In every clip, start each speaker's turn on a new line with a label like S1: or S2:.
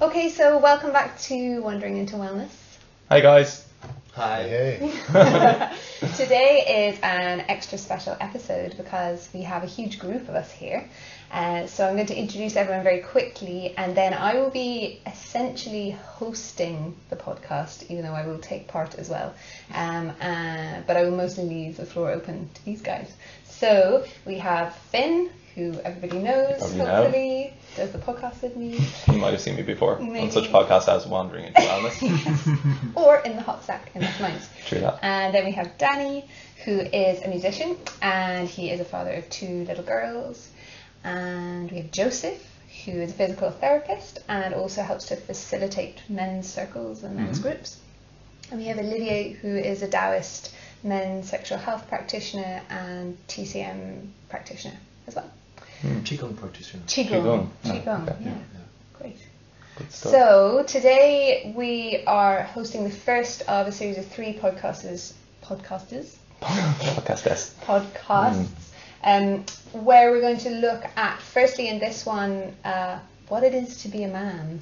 S1: Okay, so welcome back to Wandering into Wellness.
S2: Hi guys.
S3: Hi.
S4: Hey.
S1: Today is an extra special episode because we have a huge group of us here. Uh, so I'm going to introduce everyone very quickly and then I will be essentially hosting the podcast, even though I will take part as well. Um, uh, but I will mostly leave the floor open to these guys. So we have Finn, who everybody knows,
S2: probably know.
S1: hopefully, does the podcast with me.
S2: You might have seen me before
S1: Maybe.
S2: on such podcasts as Wandering into Wellness.
S1: or in the hot sack in the mines.
S2: True that.
S1: And then we have Danny, who is a musician and he is a father of two little girls. And we have Joseph, who is a physical therapist and also helps to facilitate men's circles and men's groups. And we have Olivier, who is a Taoist men's sexual health practitioner and TCM practitioner as well.
S2: Hmm,
S3: Qigong practitioner.
S1: Qigong.
S2: Qigong. Oh,
S1: Qigong,
S2: okay.
S1: yeah.
S3: Yeah.
S1: Great.
S2: Good stuff.
S1: So today we are hosting the first of a series of three podcasters, podcasters,
S2: Podcast this.
S1: podcasts, um, where we're going to look at firstly in this one uh, what it is to be a man,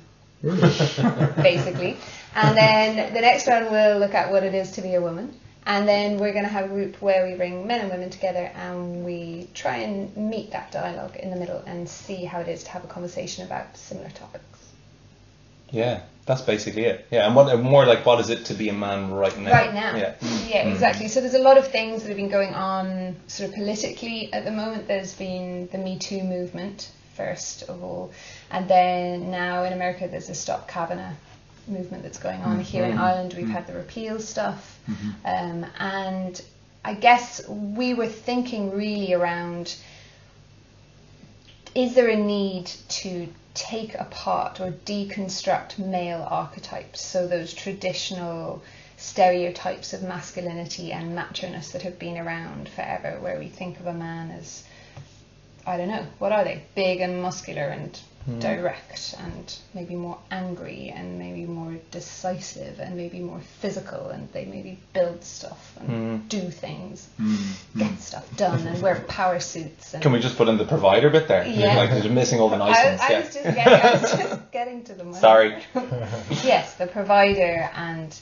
S1: basically, and then the next one we'll look at what it is to be a woman. And then we're going to have a group where we bring men and women together and we try and meet that dialogue in the middle and see how it is to have a conversation about similar topics.
S2: Yeah, that's basically it. Yeah, and what more like what is it to be a man right now?
S1: right now.
S2: Yeah.
S1: Yeah, exactly. So there's a lot of things that have been going on sort of politically at the moment. There's been the Me Too movement first of all, and then now in America there's the Stop Kavanaugh movement that's going on. Here in Ireland we've had the repeal stuff, um, and I guess we were thinking really around is there a need to take apart or deconstruct male archetypes? So those traditional stereotypes of masculinity and macho-ness that have been around forever, where we think of a man as, I don't know, what are they? Big and muscular and
S2: Hmm. Mm.
S1: direct and maybe more angry and maybe more decisive and maybe more physical and they maybe build stuff
S2: Mm. Hmm.
S1: and do things, get stuff done and wear power suits. And
S2: Can we just put in the provider bit there?
S1: Yeah.
S2: Like you're missing all the nice
S1: I,
S2: ones.
S1: I
S2: yeah.
S1: was just getting, I was just getting to the money.
S2: Sorry.
S1: Yes, the provider and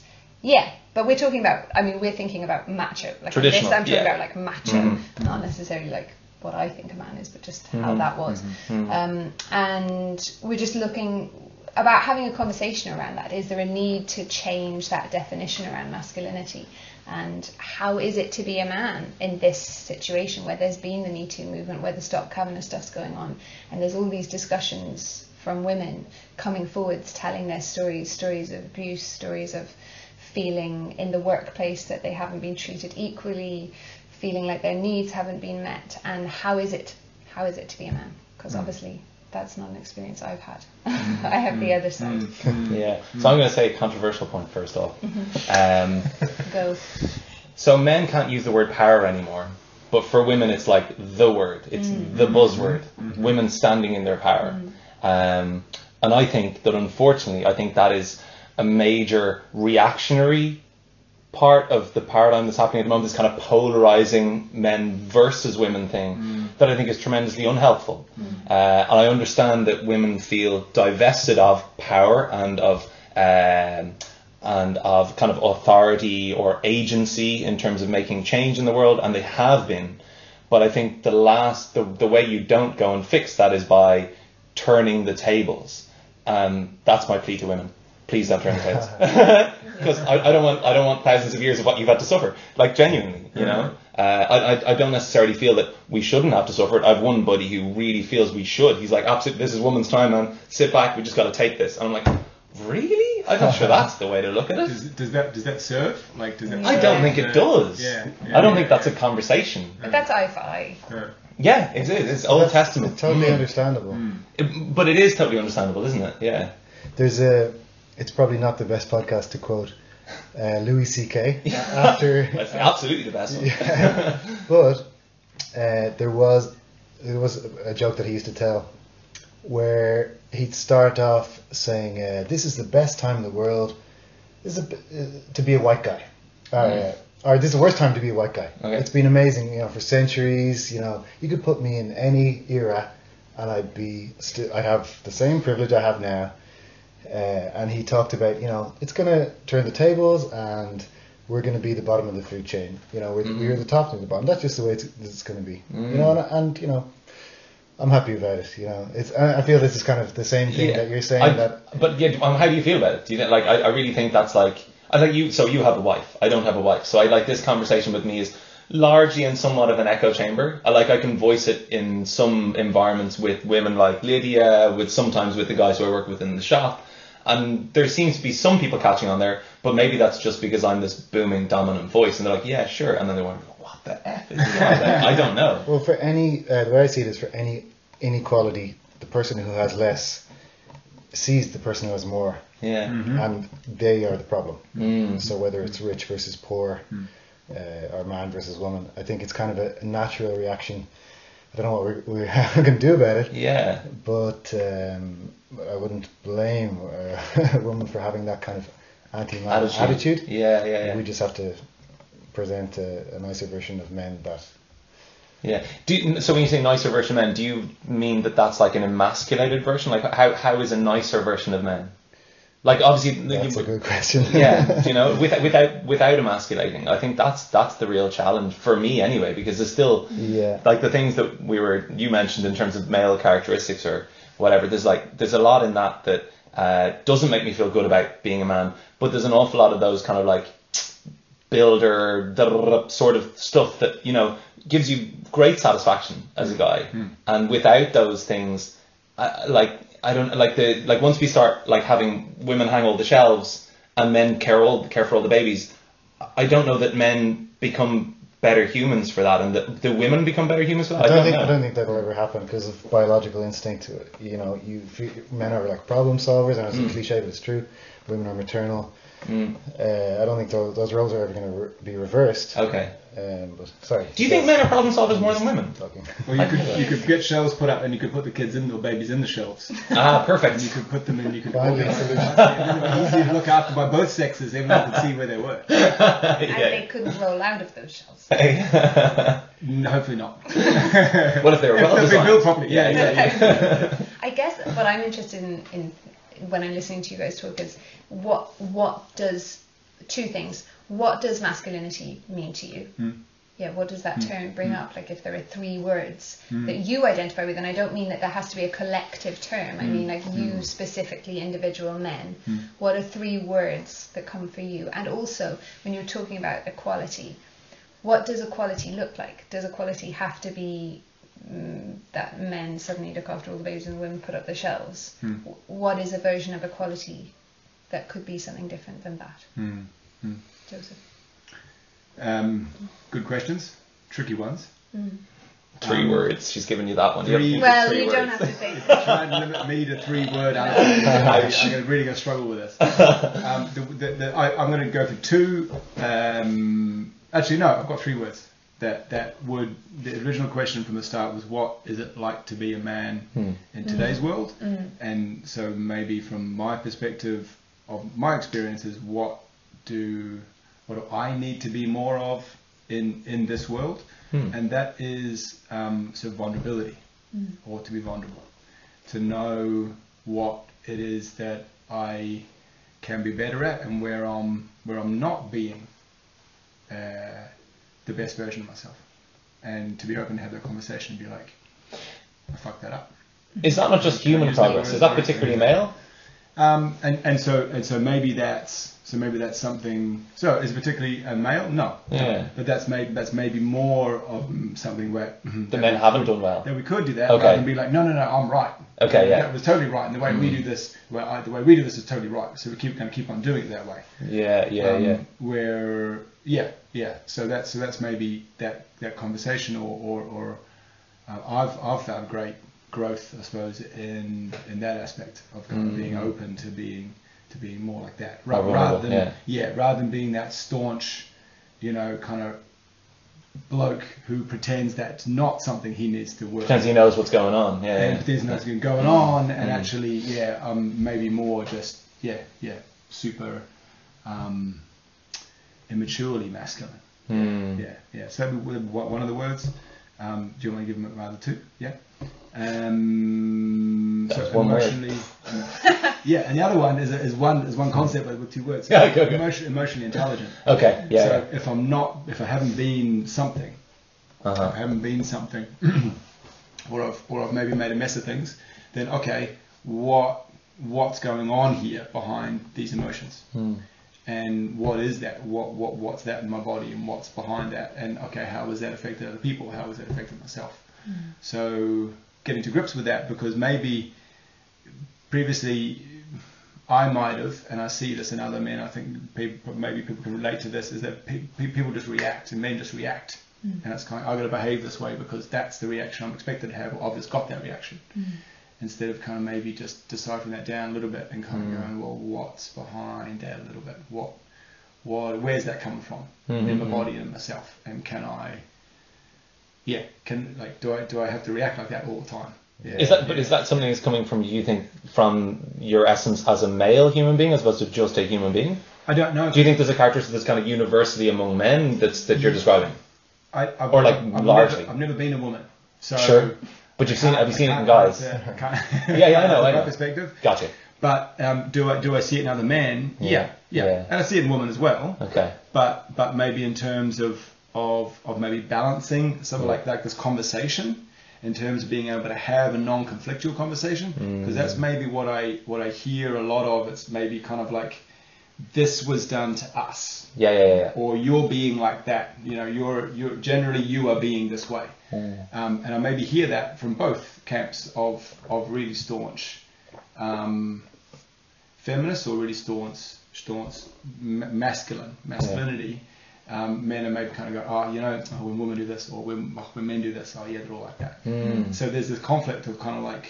S1: yeah, but we're talking about. I mean, we're thinking about macho. Like
S2: Traditional,
S1: This, I'm talking
S2: yeah.
S1: about
S2: Mm-hmm.
S1: like macho, not necessarily like what I think a man is, but just how that was.
S2: Hmm. Mm.
S1: Um, and we're just looking about having a conversation around that. Is there a need to change that definition around masculinity? And how is it to be a man in this situation where there's been the Me Too movement, where the Stop Kavanaugh stuff's going on, and there's all these discussions from women coming forwards, telling their stories, stories of abuse, stories of feeling in the workplace that they haven't been treated equally, feeling like their needs haven't been met, and how is it? How is it to be a man? Because
S5: Hmm.
S1: obviously that's not an experience I've had. I have
S5: Hmm.
S1: the other side.
S2: Yeah. So I'm going to say a controversial point first off.
S1: Mm-hmm.
S2: Um,
S5: Hmm.
S1: Go.
S2: so men can't use the word power anymore, but for women it's like the word. It's
S1: Mm.
S2: the buzzword.
S1: Mm-hmm.
S2: Women standing in their power.
S5: Hmm.
S2: Um, and I think that unfortunately, I think that is a major reactionary part of the paradigm that's happening at the moment, this kind of polarizing men versus women thing, that I think is tremendously unhelpful. Uh, and I understand that women feel divested of power and of um, and of kind of authority or agency in terms of making change in the world, and they have been. But I think the last the, the way you don't go and fix that is by turning the tables. Um, that's my plea to women. Please don't turn the tables because I, I don't want I don't want thousands of years of what you've had to suffer. Like genuinely, you
S5: Mm-hmm.
S2: know. Uh, I, I I don't necessarily feel that we shouldn't have to suffer it. I've one buddy who really feels we should. He's like, absolutely, this is woman's time, man. Sit back. We just got to take this. And I'm like, really? I'm not sure that's the way to look at it.
S5: Does, does that does that serve? Like does that?
S2: I don't think it does.
S5: Yeah,
S2: I don't think that's a conversation.
S1: But that's I-fi.
S5: Yeah.
S2: Yeah, it is. It's Old Testament, Mm.
S4: Totally understandable.
S2: It- but it is totally understandable, isn't it? Yeah.
S4: There's a. It's probably not the best podcast to quote uh, Louis C.K. after,
S2: That's absolutely the best one.
S4: but uh, there was there was a joke that he used to tell where he'd start off saying, uh, "This is the best time in the world. This is a, uh, to be a white guy." Or, uh, or this is the worst time to be a white guy.
S2: Okay.
S4: It's been amazing, you know, for centuries. You know, you could put me in any era, and I'd be, sti- I'd have the same privilege I have now. uh, and he talked about you know it's going to turn the tables and we're going to be the bottom of the food chain. You know, we're,
S2: Mhm.
S4: we're the top and the bottom. That's just the way it's, it's going to be.
S2: Mm.
S4: You know, and, and you know, I'm happy about it. You know, it's I, I feel this is kind of the same thing
S2: Yeah.
S4: that you're saying
S2: I-
S4: that
S2: But yeah, um, how do you feel about it? Do you think, like I, I really think that's like I like you. So you have a wife. I don't have a wife. So I like this conversation with me is largely and somewhat of an echo chamber. I like I can voice it in some environments with women like Lydia, with sometimes with the guys who I work with in the shop. And there seems to be some people catching on there, but maybe that's just because I'm this booming dominant voice, and they're like, yeah, sure, and then they're wondering, what the f is going on? there?" I don't know.
S4: Well, for any, uh, the way I see it is for any inequality, the person who has less sees the person who has more,
S2: Yeah.
S4: and they are the problem.
S2: Mm.
S4: So whether it's rich versus poor, uh, or man versus woman, I think it's kind of a natural reaction. I don't know what we're, we're going to do about it,
S2: Yeah.
S4: but um, I wouldn't blame uh, a woman for having that kind of anti-man attitude.
S2: Yeah, yeah, yeah.
S4: We just have to present a, a nicer version of men that
S2: Yeah. Do you, so when you say nicer version of men, do you mean that that's like an emasculated version? Like how how is a nicer version of men? Like obviously,
S4: that's
S2: you-
S4: a good question.
S2: yeah, you know, without without without emasculating. I think that's that's the real challenge for me anyway, because there's still
S4: yeah.
S2: like the things that we were you mentioned in terms of male characteristics or whatever there's like there's a lot in that that uh, doesn't make me feel good about being a man but there's an awful lot of those kind of like builder drrrr sort of stuff that you know gives you great satisfaction as a guy and without those things I, like I don't like the like once we start like having women hang all the shelves and men care all care for all the babies I don't know that men become better humans for that, and that the women become better humans for that.
S4: I don't, think
S2: know.
S4: I don't think that'll ever happen because of biological instinct. You know, you fe- men are like problem solvers, and it's a cliche, but it's true. Women are maternal.
S2: Mm.
S4: Uh, I don't think those, those roles are ever going to re- be reversed.
S2: Okay.
S4: Um, but sorry.
S2: Uh, Do you think men are problem solvers more than women?
S4: Talking.
S5: Well, you could you could get shelves put up, and you could put the kids in or babies in the shelves,
S2: ah,
S5: and you
S2: perfect.
S5: could put them in. You could
S4: Finding
S5: organise them.
S4: solutions.
S5: easy to look after by both sexes. Everyone could see where they were.
S1: And they couldn't roll out of those shells.
S2: Yeah.
S5: N- Mm, Hopefully not.
S2: what if they're well
S5: if they're
S2: designed?
S5: built properly. Yeah, yeah, yeah.
S1: I guess what I'm interested in, in when I'm listening to you guys talk is what what does two things. What does masculinity mean to you?
S5: Mm,
S1: Yeah, what does
S5: Hmm.
S1: that term bring up? Like if there are three words that
S5: mm,
S1: you identify with, and I don't mean that there has to be a collective term. I mean like you specifically, individual men.
S5: mm,
S1: What are three words that come for you? And also when you're talking about equality, what does equality look like? Does equality have to be mm, that men suddenly look after all the babies and women put up the shelves?
S5: mm,
S1: W- What is a version of equality that could be something different than that?
S5: Hmm.
S1: Joseph.
S5: Um, good questions, tricky ones.
S2: Three words. She's giving you that one.
S5: Um, Three-
S2: Yep.
S1: Well,
S2: three
S1: you don't
S2: words.
S1: have to say.
S5: Try and limit me to three word answers.
S2: Ouch.
S5: I'm gonna, really going to struggle with this. Um, the, the, the, I, I'm going to go for two. Um, actually, no, I've got three words. That that would the original question from the start was what is it like to be a man
S2: Hmm.
S5: in today's world?
S1: Mm.
S5: And so maybe from my perspective of my experiences, what do what do I need to be more of in in this world? And that is um, so vulnerability,
S1: Mm.
S5: or to be vulnerable, to know what it is that I can be better at and where I'm where I'm not being uh, the best version of myself, and to be open to have that conversation and be like, I fucked that up.
S2: Is that not just human
S5: Use that
S2: progress?
S5: word.
S2: Is that particularly male?
S5: Um, and, and so and so maybe that's so maybe that's something. So is it particularly a male? No.
S2: Yeah.
S5: But that's maybe that's maybe more of mm, something where
S2: Mm-hmm. The men haven't done well.
S5: that we could do that
S2: Okay.
S5: rather than be like, no, no, no, I'm right.
S2: Okay, yeah. Hmm.
S5: That was totally right, and the way we do this, well, I, the way we do this is totally right. So we keep going to keep on doing it that way.
S2: Yeah, yeah,
S5: um,
S2: yeah.
S5: Where yeah, yeah. So that's so that's maybe that that conversation or or, or uh, I've I've found great growth, I suppose, in in that aspect of kind of being open to being to being more like that,
S2: Hmm. More
S5: Ra- rather
S2: vulnerable,
S5: than
S2: yeah.
S5: rather than being that staunch, you know, kind of bloke who pretends that's not something he needs to work.
S2: Because he knows what's going on. Yeah. Mm.
S5: And
S2: yeah.
S5: there's nothing going on, and actually, yeah, um, maybe more just yeah, yeah, super um, immaturely masculine.
S2: Hmm.
S5: Yeah, yeah. So w- w- one of the words. Um, do you want to give them rather two? Yeah. Um, um, so
S2: That's one word.
S5: emotionally. yeah, and the other one is, is one is one concept but with two words.
S2: Yeah, okay, okay.
S5: Emotion, emotionally intelligent.
S2: Okay, yeah.
S5: so if I'm not, if I haven't been
S2: yeah.
S5: something, I
S2: Uh-huh.
S5: haven't been something, or I've or I've maybe made a mess of things, then okay, what what's going on here behind these emotions?
S2: Hmm.
S5: and what is that? What what what's that in my body, and what's behind that? And okay, how has that affected other people? How has that affected myself?
S1: Mm.
S5: So getting to grips with that because maybe previously I might have, and I see this in other men. I think people, maybe people can relate to this: is that pe- pe- people just react, and men just react,
S1: Mm.
S5: and it's kind of I've got to behave this way because that's the reaction I'm expected to have. Or I've just got that reaction. Instead of kind of maybe just deciphering that down a little bit and kind
S2: Mm.
S5: of going, well, what's behind that a little bit? What, what, where's that coming from in my
S2: Mhm.
S5: body and myself? And can I, yeah, can like, do I do I have to react like that all the time? Yeah.
S2: Is that but is that something that's coming from you think from your essence as a male human being as opposed to just a human being?
S5: I don't know.
S2: Do you think there's a characteristic that's kind of universally among men that's that
S5: Mm.
S2: you're describing?
S5: I, I've,
S2: Or, like,
S5: I've never-
S2: largely?
S5: I've never been a woman, so
S2: Sure. But you've seen have you
S5: I
S2: seen it in
S5: can't
S2: guys?
S5: answer- I can't-
S2: Yeah, yeah, I know, I
S5: from my
S2: know.
S5: Perspective,
S2: Gotcha.
S5: but um, do I do I see it in other men?
S2: Yeah.
S5: Yeah, yeah,
S2: Yeah.
S5: and I see it in women as well.
S2: Okay.
S5: but but maybe in terms of of, of maybe balancing something like like this conversation in terms of being able to have a non-conflictual conversation because that's
S2: Mm.
S5: maybe what I what I hear a lot of it's maybe kind of like this was done to us
S2: Yeah, yeah, yeah, yeah.
S5: or you're being like that you know you're you're generally you are being this way um, and I maybe hear that from both camps of of really staunch um, feminists or really staunch staunch ma- masculine masculinity. Um, men are maybe kind of go, oh, you know, oh, when women do this, or when, oh, when men do this, oh yeah, they're all like that.
S2: Mm.
S5: So there's this conflict of kind of like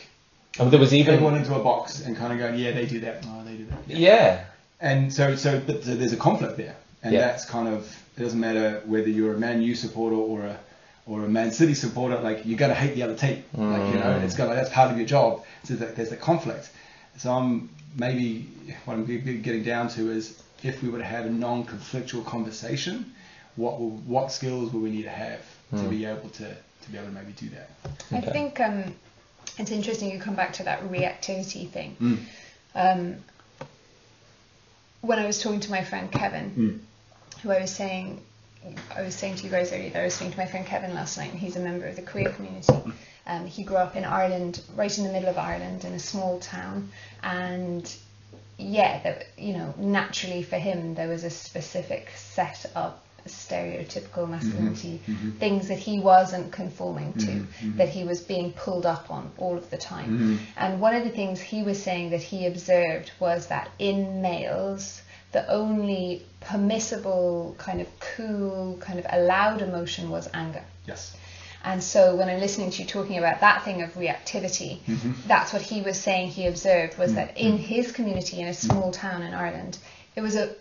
S2: And there was
S5: everyone
S2: even
S5: into a box and kind of going, yeah, they do that, no, they do that.
S2: yeah.
S5: And so, so, but so there's a conflict there, and
S2: Yeah.
S5: that's kind of it doesn't matter whether you're a Man U supporter or a or a Man City supporter. Like you're gonna hate the other team. Like you know, it's gonna that's part of your job. So that there's a conflict. So I'm maybe what I'm be- be getting down to is if we were to have a non-conflictual conversation, what will, what skills will we need to have to be able to to be able to maybe do that?
S1: I
S2: Okay.
S1: think um, it's interesting you come back to that reactivity thing.
S5: Mm.
S1: Um, when I was talking to my friend Kevin, who I was saying, I was saying to you guys earlier, that I was speaking to my friend Kevin last night, and he's a member of the queer community. Um, he grew up in Ireland, right in the middle of Ireland, in a small town, and yeah, that you know, naturally for him, there was a specific set of stereotypical masculinity, things that he wasn't
S5: Mm-hmm.
S1: conforming to, that Mm-hmm. he was being pulled up on all of the
S5: Mm.
S1: time.
S5: Mm-hmm.
S1: And one of the things he was saying that he observed was that in males, the only permissible, kind of cool, kind of allowed emotion was anger.
S5: Yes.
S1: And so when I'm listening to you talking about that thing of reactivity, that's what he was saying he observed was that in his community in a small town in Ireland, it was a,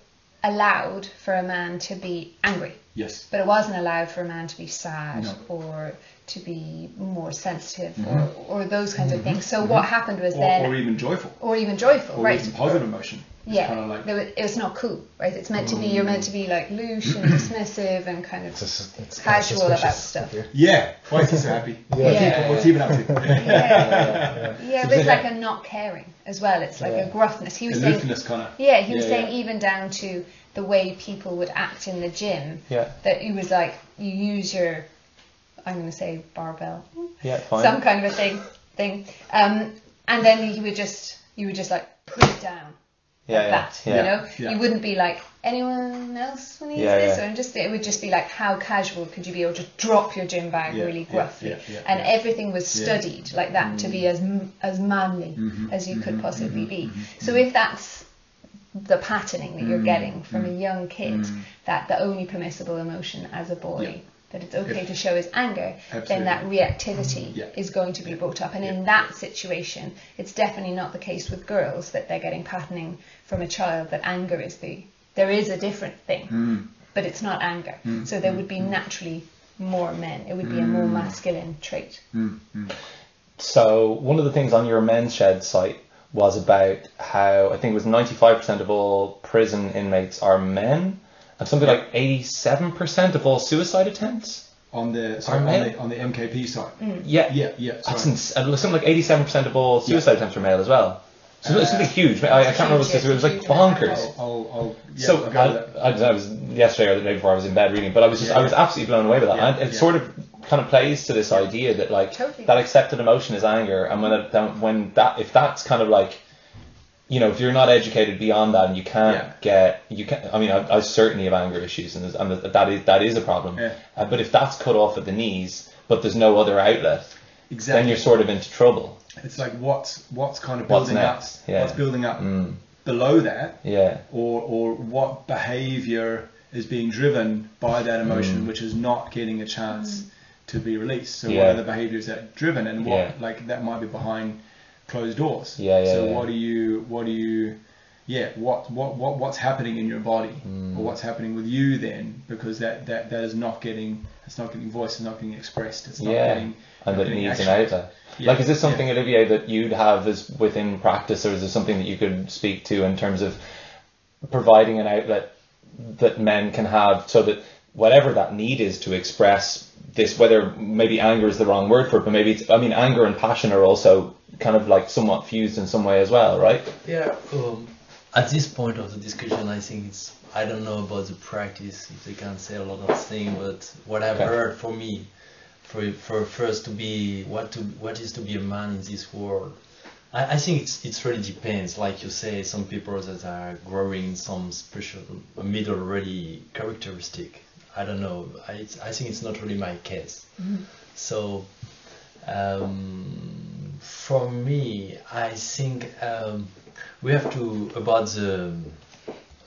S1: allowed for a man to be angry,
S5: Yes.
S1: but it wasn't allowed for a man to be sad
S5: No.
S1: or to be more sensitive or, or those kinds of things. So what happened was
S5: Mm-hmm. Or,
S1: then,
S5: or even joyful.
S1: or even joyful,
S5: Or
S1: right?
S5: even positive emotion. It's
S1: yeah,
S5: Kind of like
S1: there was- it was not cool, right? It's meant to be you're meant to be like loose and dismissive and kind of
S4: It's, just, it's kind of
S1: casual about
S4: suspicious.
S1: stuff.
S4: Yeah.
S5: Yeah. Why is he so happy?
S4: Yeah.
S5: What's, he,
S1: Yeah.
S5: what's he been up to?
S1: yeah, yeah, but it's
S2: Yeah.
S1: like a not caring as well. It's like
S4: Yeah.
S1: a gruffness. He was saying,
S5: Aloofness, kind of.
S1: yeah, he was
S2: Yeah,
S1: saying
S2: yeah.
S1: even down to the way people would act in the gym.
S2: Yeah.
S1: That it was like you use your, I'm going to say barbell,
S2: Yeah, fine.
S1: some kind of a thing, thing, um, and then you would just, you would just like put it down.
S2: yeah,
S1: like
S2: yeah,
S1: that,
S2: yeah.
S1: you know,
S5: Yeah.
S1: you wouldn't be like anyone else will use
S2: Yeah,
S1: this,
S2: yeah.
S1: or just it would just be like how casual could you be, or just drop your gym bag
S5: Yeah,
S1: really
S5: yeah,
S1: gruffly,
S5: yeah, yeah,
S1: and
S5: yeah. Mm. Mm-hmm,
S1: everything was studied like that to be as m- as manly as you could possibly be. so if that's the patterning that
S5: Mm,
S1: you're getting from a young kid, that the only permissible emotion as a boy.
S5: Yeah.
S1: That it's okay
S5: If-
S1: to show is anger, then
S5: Absolutely.
S1: that reactivity
S5: Yeah.
S1: is going to be brought up. And in that situation, it's definitely not the case with girls that they're getting patterning from a child that anger is the there is a different thing,
S5: Hmm. Mm.
S1: but it's not anger. So there would be naturally more men. It would be a more masculine trait.
S2: So one of the things on your men's shed site was about how I think it was 95% of all prison inmates are men, and something like 87% of all suicide attempts
S5: on the sorry, on
S2: male?
S5: the, on the MKP side.
S1: Hmm. Mm.
S2: Yeah.
S5: Yeah, yeah.
S2: That's
S5: sorry.
S2: ins- uh, something like 87% of all suicide attempts are male as well. So it's something huge. I, I can't remember what it was. It was like
S1: Uh, Huge, yeah.
S2: bonkers.
S5: I'll, I'll, I'll yeah,
S2: so
S5: I'll go with that.
S2: I, I, I was yesterday or the day before I was in bed reading, but I was just
S5: Yeah.
S2: I was absolutely blown away by that,
S5: Yeah,
S2: and it
S5: yeah.
S2: sort of kind of plays to this idea that like
S1: Totally.
S2: that accepted emotion is anger, and when it, that, when that if that's kind of like you know if you're not educated beyond that and you can't
S5: Yeah.
S2: get you can I mean I, I certainly have anger issues and, there's- and that is that is a problem,
S5: Yeah.
S2: uh, but if that's cut off at the knees, but there's no other outlet, then
S5: exactly.
S2: you're sort of into trouble.
S5: it's like what's what's kind of
S2: What's
S5: building up,
S2: next? Yeah.
S5: what's building up
S2: Mm.
S5: below that,
S2: Yeah,
S5: or or what behaviour is being driven by that emotion,
S2: Mm.
S5: which is not getting a chance
S3: Mm.
S5: to be released. So
S2: Yeah.
S5: what are the behaviours that are driven, and what
S2: Yeah.
S5: like that might be behind closed doors.
S2: Yeah, yeah,
S5: So
S2: yeah.
S5: what do you what do you yeah, what, what, what what's happening in your body,
S2: Mm.
S5: or what's happening with you then, because that, that, that is not getting it's not getting voiced, it's not getting expressed, it's not
S2: Yeah.
S5: getting
S2: and that
S5: not
S2: it
S5: getting
S2: needs an
S5: actioned.
S2: outlet.
S5: Yeah,
S2: Like, is this
S5: yeah.
S2: something, Olivier, that you'd have as within practice, or is there something that you could speak to in terms of providing an outlet that men can have so that whatever that need is to express this, whether maybe anger is the wrong word for it, but maybe it's, I mean, anger and passion are also kind of like somewhat fused in some way as well, right?
S3: Yeah. Um, at this point of the discussion, I think it's. I don't know about the practice. If they can say a lot of things, but what I've
S2: Okay.
S3: heard for me, for for first to be what to what is to be a man in this world. I, I think it's it really depends. Like you say, some people that are growing some special middle really characteristic. I don't know. I it's, I think it's not really my case. So um, for me, I think um, we have to about the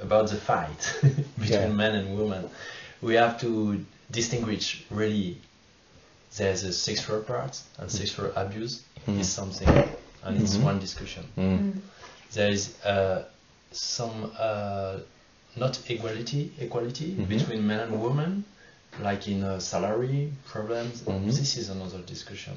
S3: about the fight between
S2: Yeah.
S3: men and women. We have to distinguish really. There's a sexual part and sexual abuse
S2: Mm.
S5: Hmm.
S3: is something, and it's
S2: Mhm.
S3: one discussion.
S1: Hmm.
S2: Mm.
S3: There is uh, some uh, not equality equality
S2: Mhm.
S3: between men and women, like in uh, salary problems.
S2: Mhm.
S3: This is another discussion.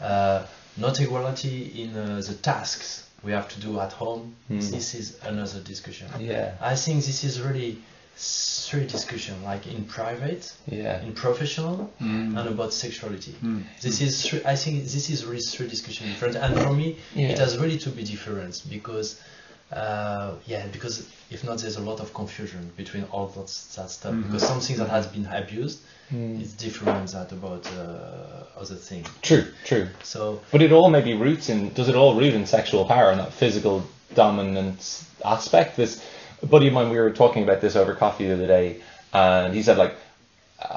S3: Uh, not equality in uh, the tasks we have to do at home.
S2: Mm.
S3: This is another discussion.
S2: Yeah,
S3: I think this is really three discussion, like in private,
S2: yeah.
S3: in professional,
S5: Mm.
S3: and about sexuality.
S5: Mm.
S3: This is three, I think this is really three discussion different, and for me,
S2: Yeah.
S3: it has really to be different because uh, yeah because if not there's a lot of confusion between all that, that stuff
S5: Mhm.
S3: because something that has been abused
S2: Mm-hmm. Mm.
S3: is different than about uh, other thing
S2: True, true.
S3: so
S2: But it all maybe roots in does it all root in sexual power and that physical dominance aspect? This a buddy of mine, we were talking about this over coffee the other day, and he said like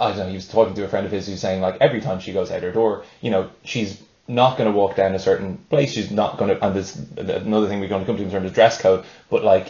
S2: I don't know, he was talking to a friend of his who's saying like every time she goes out her door, you know, she's not going to walk down a certain place. She's not going to, and this another thing we're going to come to in terms of dress code. But like,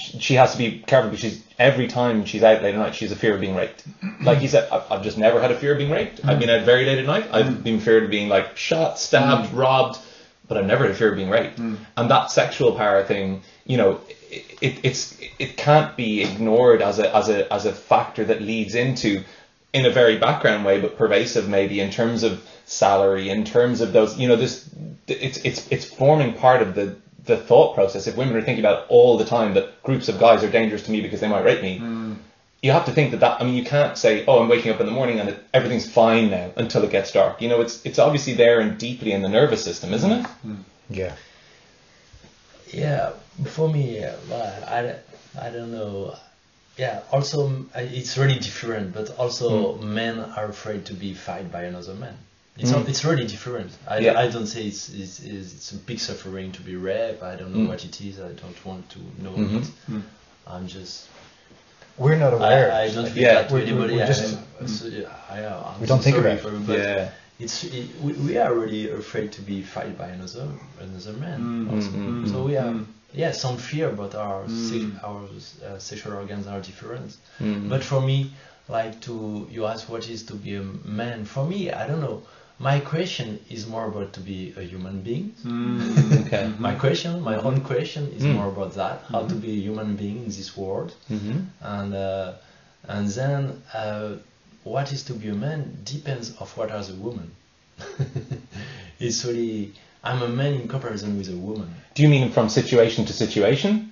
S2: sh- she has to be careful because she's every time she's out late at night, she's a fear of being raped. Like he said, I've, I've just never had a fear of being raped. I've been out very late at night. I've been feared of being like shot, stabbed, robbed, but I've never had a fear of being raped. And that sexual power thing, you know, it, it, it's it can't be ignored as a as a as a factor that leads into in a very background way, but pervasive maybe in terms of salary, in terms of those, you know, this it's it's it's forming part of the the thought process. If women are thinking about all the time that groups of guys are dangerous to me because they might rape me, you have to think that that. I mean, you can't say, oh, I'm waking up in the morning and it, everything's fine now until it gets dark. You know, it's it's obviously there and deeply in the nervous system, isn't it?
S5: Mm.
S4: Yeah.
S3: yeah for me yeah, well, I, don't- I don't know yeah also mm, I- it's really different but also men are afraid to be fight by another man it's,
S2: Mm.
S3: it's really different I,
S2: Yeah.
S3: I don't say it's, it's, it's, it's a big suffering to be raped I don't know
S2: Mm.
S3: what it is I don't want to know
S2: Mhm.
S3: it
S5: Mm.
S3: I'm just
S4: We're not aware.
S3: I, I don't think
S2: Yeah.
S3: that to
S4: We're- we're-
S3: anybody.
S4: we're
S3: I-
S4: just-
S3: I- so, yeah, I, am
S4: We don't think
S3: sorry
S4: about
S3: for
S4: it.
S3: you, but It's it, we, we are really afraid to be fight by another another man.
S5: Mm.
S3: also.
S2: Mm, mm,
S3: So we have
S5: mm.
S3: yeah some fear, but our se-
S5: Mm.
S3: our uh, sexual organs are different.
S2: Mm.
S3: But for me, like to you ask what is to be a man. For me, I don't know. My question is more about to be a human being.
S5: Mm.
S2: okay.
S3: My question, my own question, is
S2: Mm.
S3: more about that: how
S4: Mm-hmm.
S3: to be a human being in this world
S2: Mm-hmm.
S3: and uh, and then uh, what is to be a man depends of what are the women. it's really I'm a man in comparison with a woman.
S2: Do you mean from situation to situation?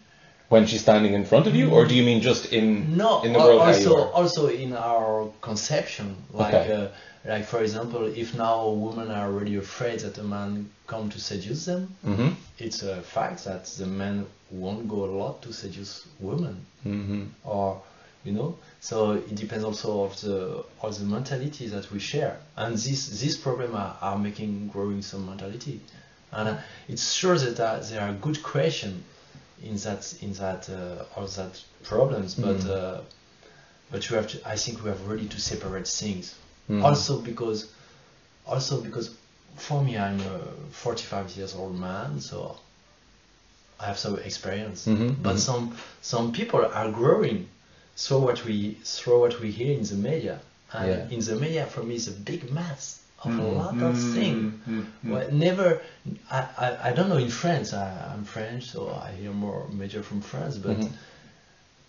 S2: when she's standing in front of you, or do you mean just in
S3: No,
S2: in the
S3: al-
S2: world how you
S3: also
S2: are?
S3: also in our conception, like
S2: Okay.
S3: uh, like for example, if now women are really afraid that a man come to seduce them,
S2: Mm-hmm.
S3: it's a fact that the men won't go a lot to seduce women,
S2: Mm-hmm.
S3: or you know. So it depends also of the of the mentality that we share, and this this problem are, are making growing some mentality, and uh, it's sure that uh, there are good question in that in that uh, all that problems, but.
S2: Mm.
S3: Uh, but you have to i think we have really to separate things
S2: Mhm.
S3: also because also because for me i'm a 45 years old man so i have some experience
S2: Mhm,
S3: but
S2: mhm.
S3: some some people are growing through what we through what we hear in the media and
S2: Yeah.
S3: in the media for me is a big mass of a
S5: Mm,
S3: lot of
S5: mm,
S3: things
S5: mm, mm.
S3: well, never. I, I, I don't know in France. I, I'm French, so I hear more major from France. But
S2: Mhm.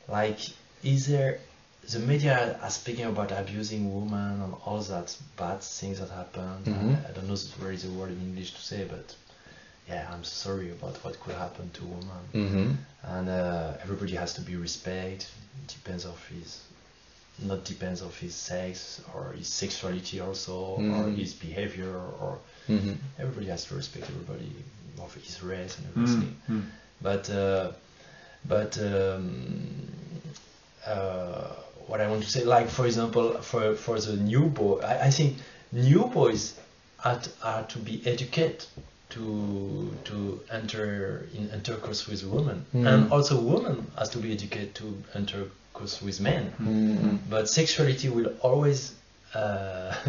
S3: like, is there the media are speaking about abusing women and all that bad things that happen?
S2: Mhm.
S3: I, I don't know where is the word in English to say, but yeah, I'm sorry about what could happen to women.
S2: Mm-hmm.
S3: And uh, everybody has to be respect. It depends of his, not depends of his sex or his sexuality also or
S2: Mhm.
S3: his behavior or
S2: Mm-hmm.
S3: everybody has to respect everybody of his race and
S5: Mm,
S3: everything.
S5: mm.
S3: But uh, but um, uh, what I want to say, like for example, for for the new boy, I, I think new boys are to, are to be educated to to enter in intercourse with women,
S2: Mm.
S3: and also women has to be educated to intercourse with men
S2: Mm-hmm.
S3: but sexuality will always uh,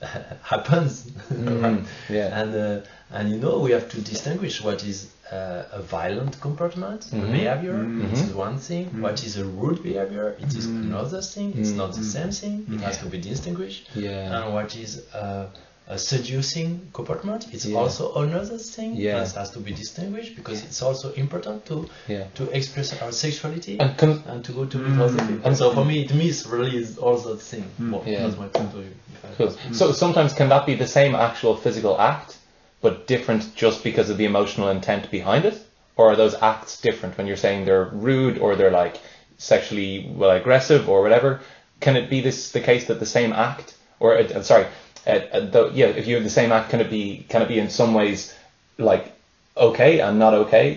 S3: happens
S2: Mhm, yeah.
S3: and uh, and you know we have to distinguish what is uh, a violent comportment
S2: Mhm.
S3: behavior
S5: Mhm.
S3: it's one thing
S2: Mm-hmm.
S5: Mhm.
S3: what is a rude behavior it is
S5: Mhm.
S3: another thing it's
S2: Mhm.
S3: not the same thing it has to be distinguished
S2: Yeah.
S3: and what is uh, a seducing comportment it's
S2: Yeah.
S3: also another thing
S2: Yeah.
S3: that has to be distinguished because it's also important to
S2: Yeah.
S3: to express our sexuality
S2: And Mm-hmm. con-
S3: and to go to
S5: Mm.
S3: philosophy.
S2: And-
S3: And so for me, it means really is all that thing.
S5: Mm.
S3: Well,
S2: Yeah.
S3: that's my point of view.
S2: Cool.
S3: Mm-hmm.
S2: So sometimes can that be the same actual physical act, but different just because of the emotional intent behind it, or are those acts different? When you're saying they're rude or they're like sexually well aggressive or whatever, can it be this the case that the same act or uh, sorry, uh, uh, the, yeah, if you have the same act, can it be can it be in some ways like okay and not okay?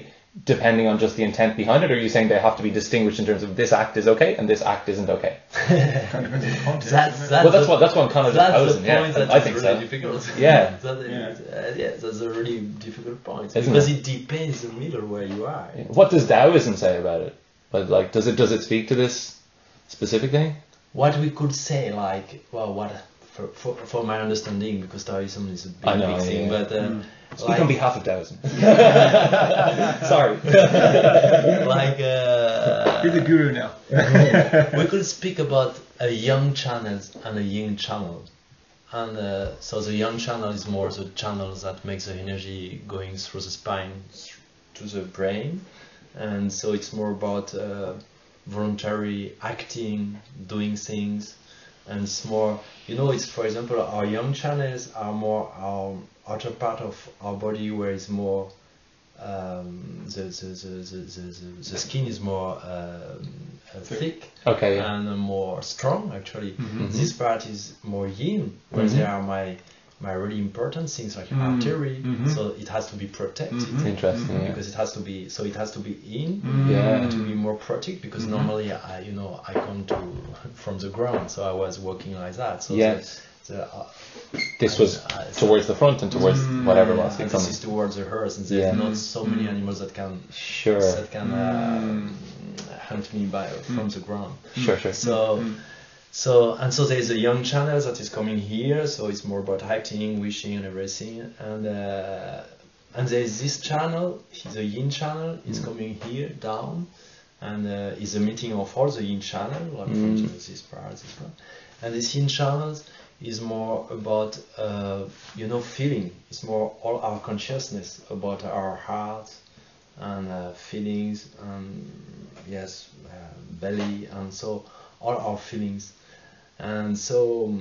S2: Depending on just the intent behind it, or are you saying they have to be distinguished in terms of this act is okay and this act isn't okay?
S5: Kind of depends on the context,
S3: That's,
S5: doesn't it?
S3: that's
S2: well, that's
S3: the,
S2: what that's what I'm kind of
S3: that's the
S2: posing.
S3: point
S2: yeah,
S3: that
S2: I
S3: is
S2: think
S3: really
S2: so.
S3: difficult.
S2: Yeah.
S3: that is,
S5: Yeah.
S3: uh, yeah, that's a really difficult point
S2: Isn't
S3: because
S2: it?
S3: it? depends the middle where you are.
S2: What does Taoism say about it? Like, like, does it does it speak to this specific thing?
S3: What we could say, like, well, what for, for, for my understanding, because Taoism is a
S2: I
S3: big,
S2: know,
S3: big thing,
S2: yeah.
S3: but uh,
S5: Mm-hmm.
S2: Speak
S3: like,
S2: on behalf of Taoism. Sorry.
S3: like uh,
S5: You're the guru now.
S3: we could speak about a young channel and a yin channel and uh, so the yang channel is more the channel that makes the energy going through the spine th- to the brain and so it's more about uh, voluntary acting doing things and it's more you know it's for example our yang channels are more our outer part of our body where it's more um, the, the, the, the, the, the- the skin is more um, uh,
S5: Thick.
S3: thick
S2: Okay. Yeah. Mm-hmm.
S3: and uh, more strong actually.
S5: Mhm.
S3: This part is more yin, where
S2: Mhm.
S3: there are my my really important things like
S2: Mm-hmm.
S5: Mhm.
S3: artery,
S5: Mhm.
S3: so it has to be protected
S5: Mhm.
S2: Interesting. Mm-hmm. yeah. Mm-hmm.
S3: because it has to be so it has to be in
S5: Mm-hmm.
S2: Yeah.
S3: to be more protected because
S2: Mm-hmm.
S5: Mhm.
S3: normally I you know I come to from the ground, so I was walking like that. So
S2: Yes.
S3: the, the, uh,
S2: This was
S3: I- I-
S2: towards the front and towards
S5: Mm,
S2: whatever it
S3: yeah,
S2: was.
S3: and this is towards the hearse, and there's
S2: Yeah. Mm-hmm.
S3: not so many
S5: Mhm.
S3: animals that can
S2: Sure. Mm-hmm.
S3: that can
S5: Mm.
S3: uh, hunt me by from the ground.
S2: Sure. Sure.
S3: So.
S5: Mm.
S3: So and so there's a young channel that is coming here, so it's more about acting, wishing, and everything. And uh, and there's this channel, the Yin channel, is coming here down, and uh, is a meeting of all the Yin channel, like for
S2: Mm.
S3: instance this part, this part. And this Yin channel is more about uh, you know feeling. It's more all our consciousness about our heart and uh, feelings and yes, uh, belly and so all our feelings. And so, um,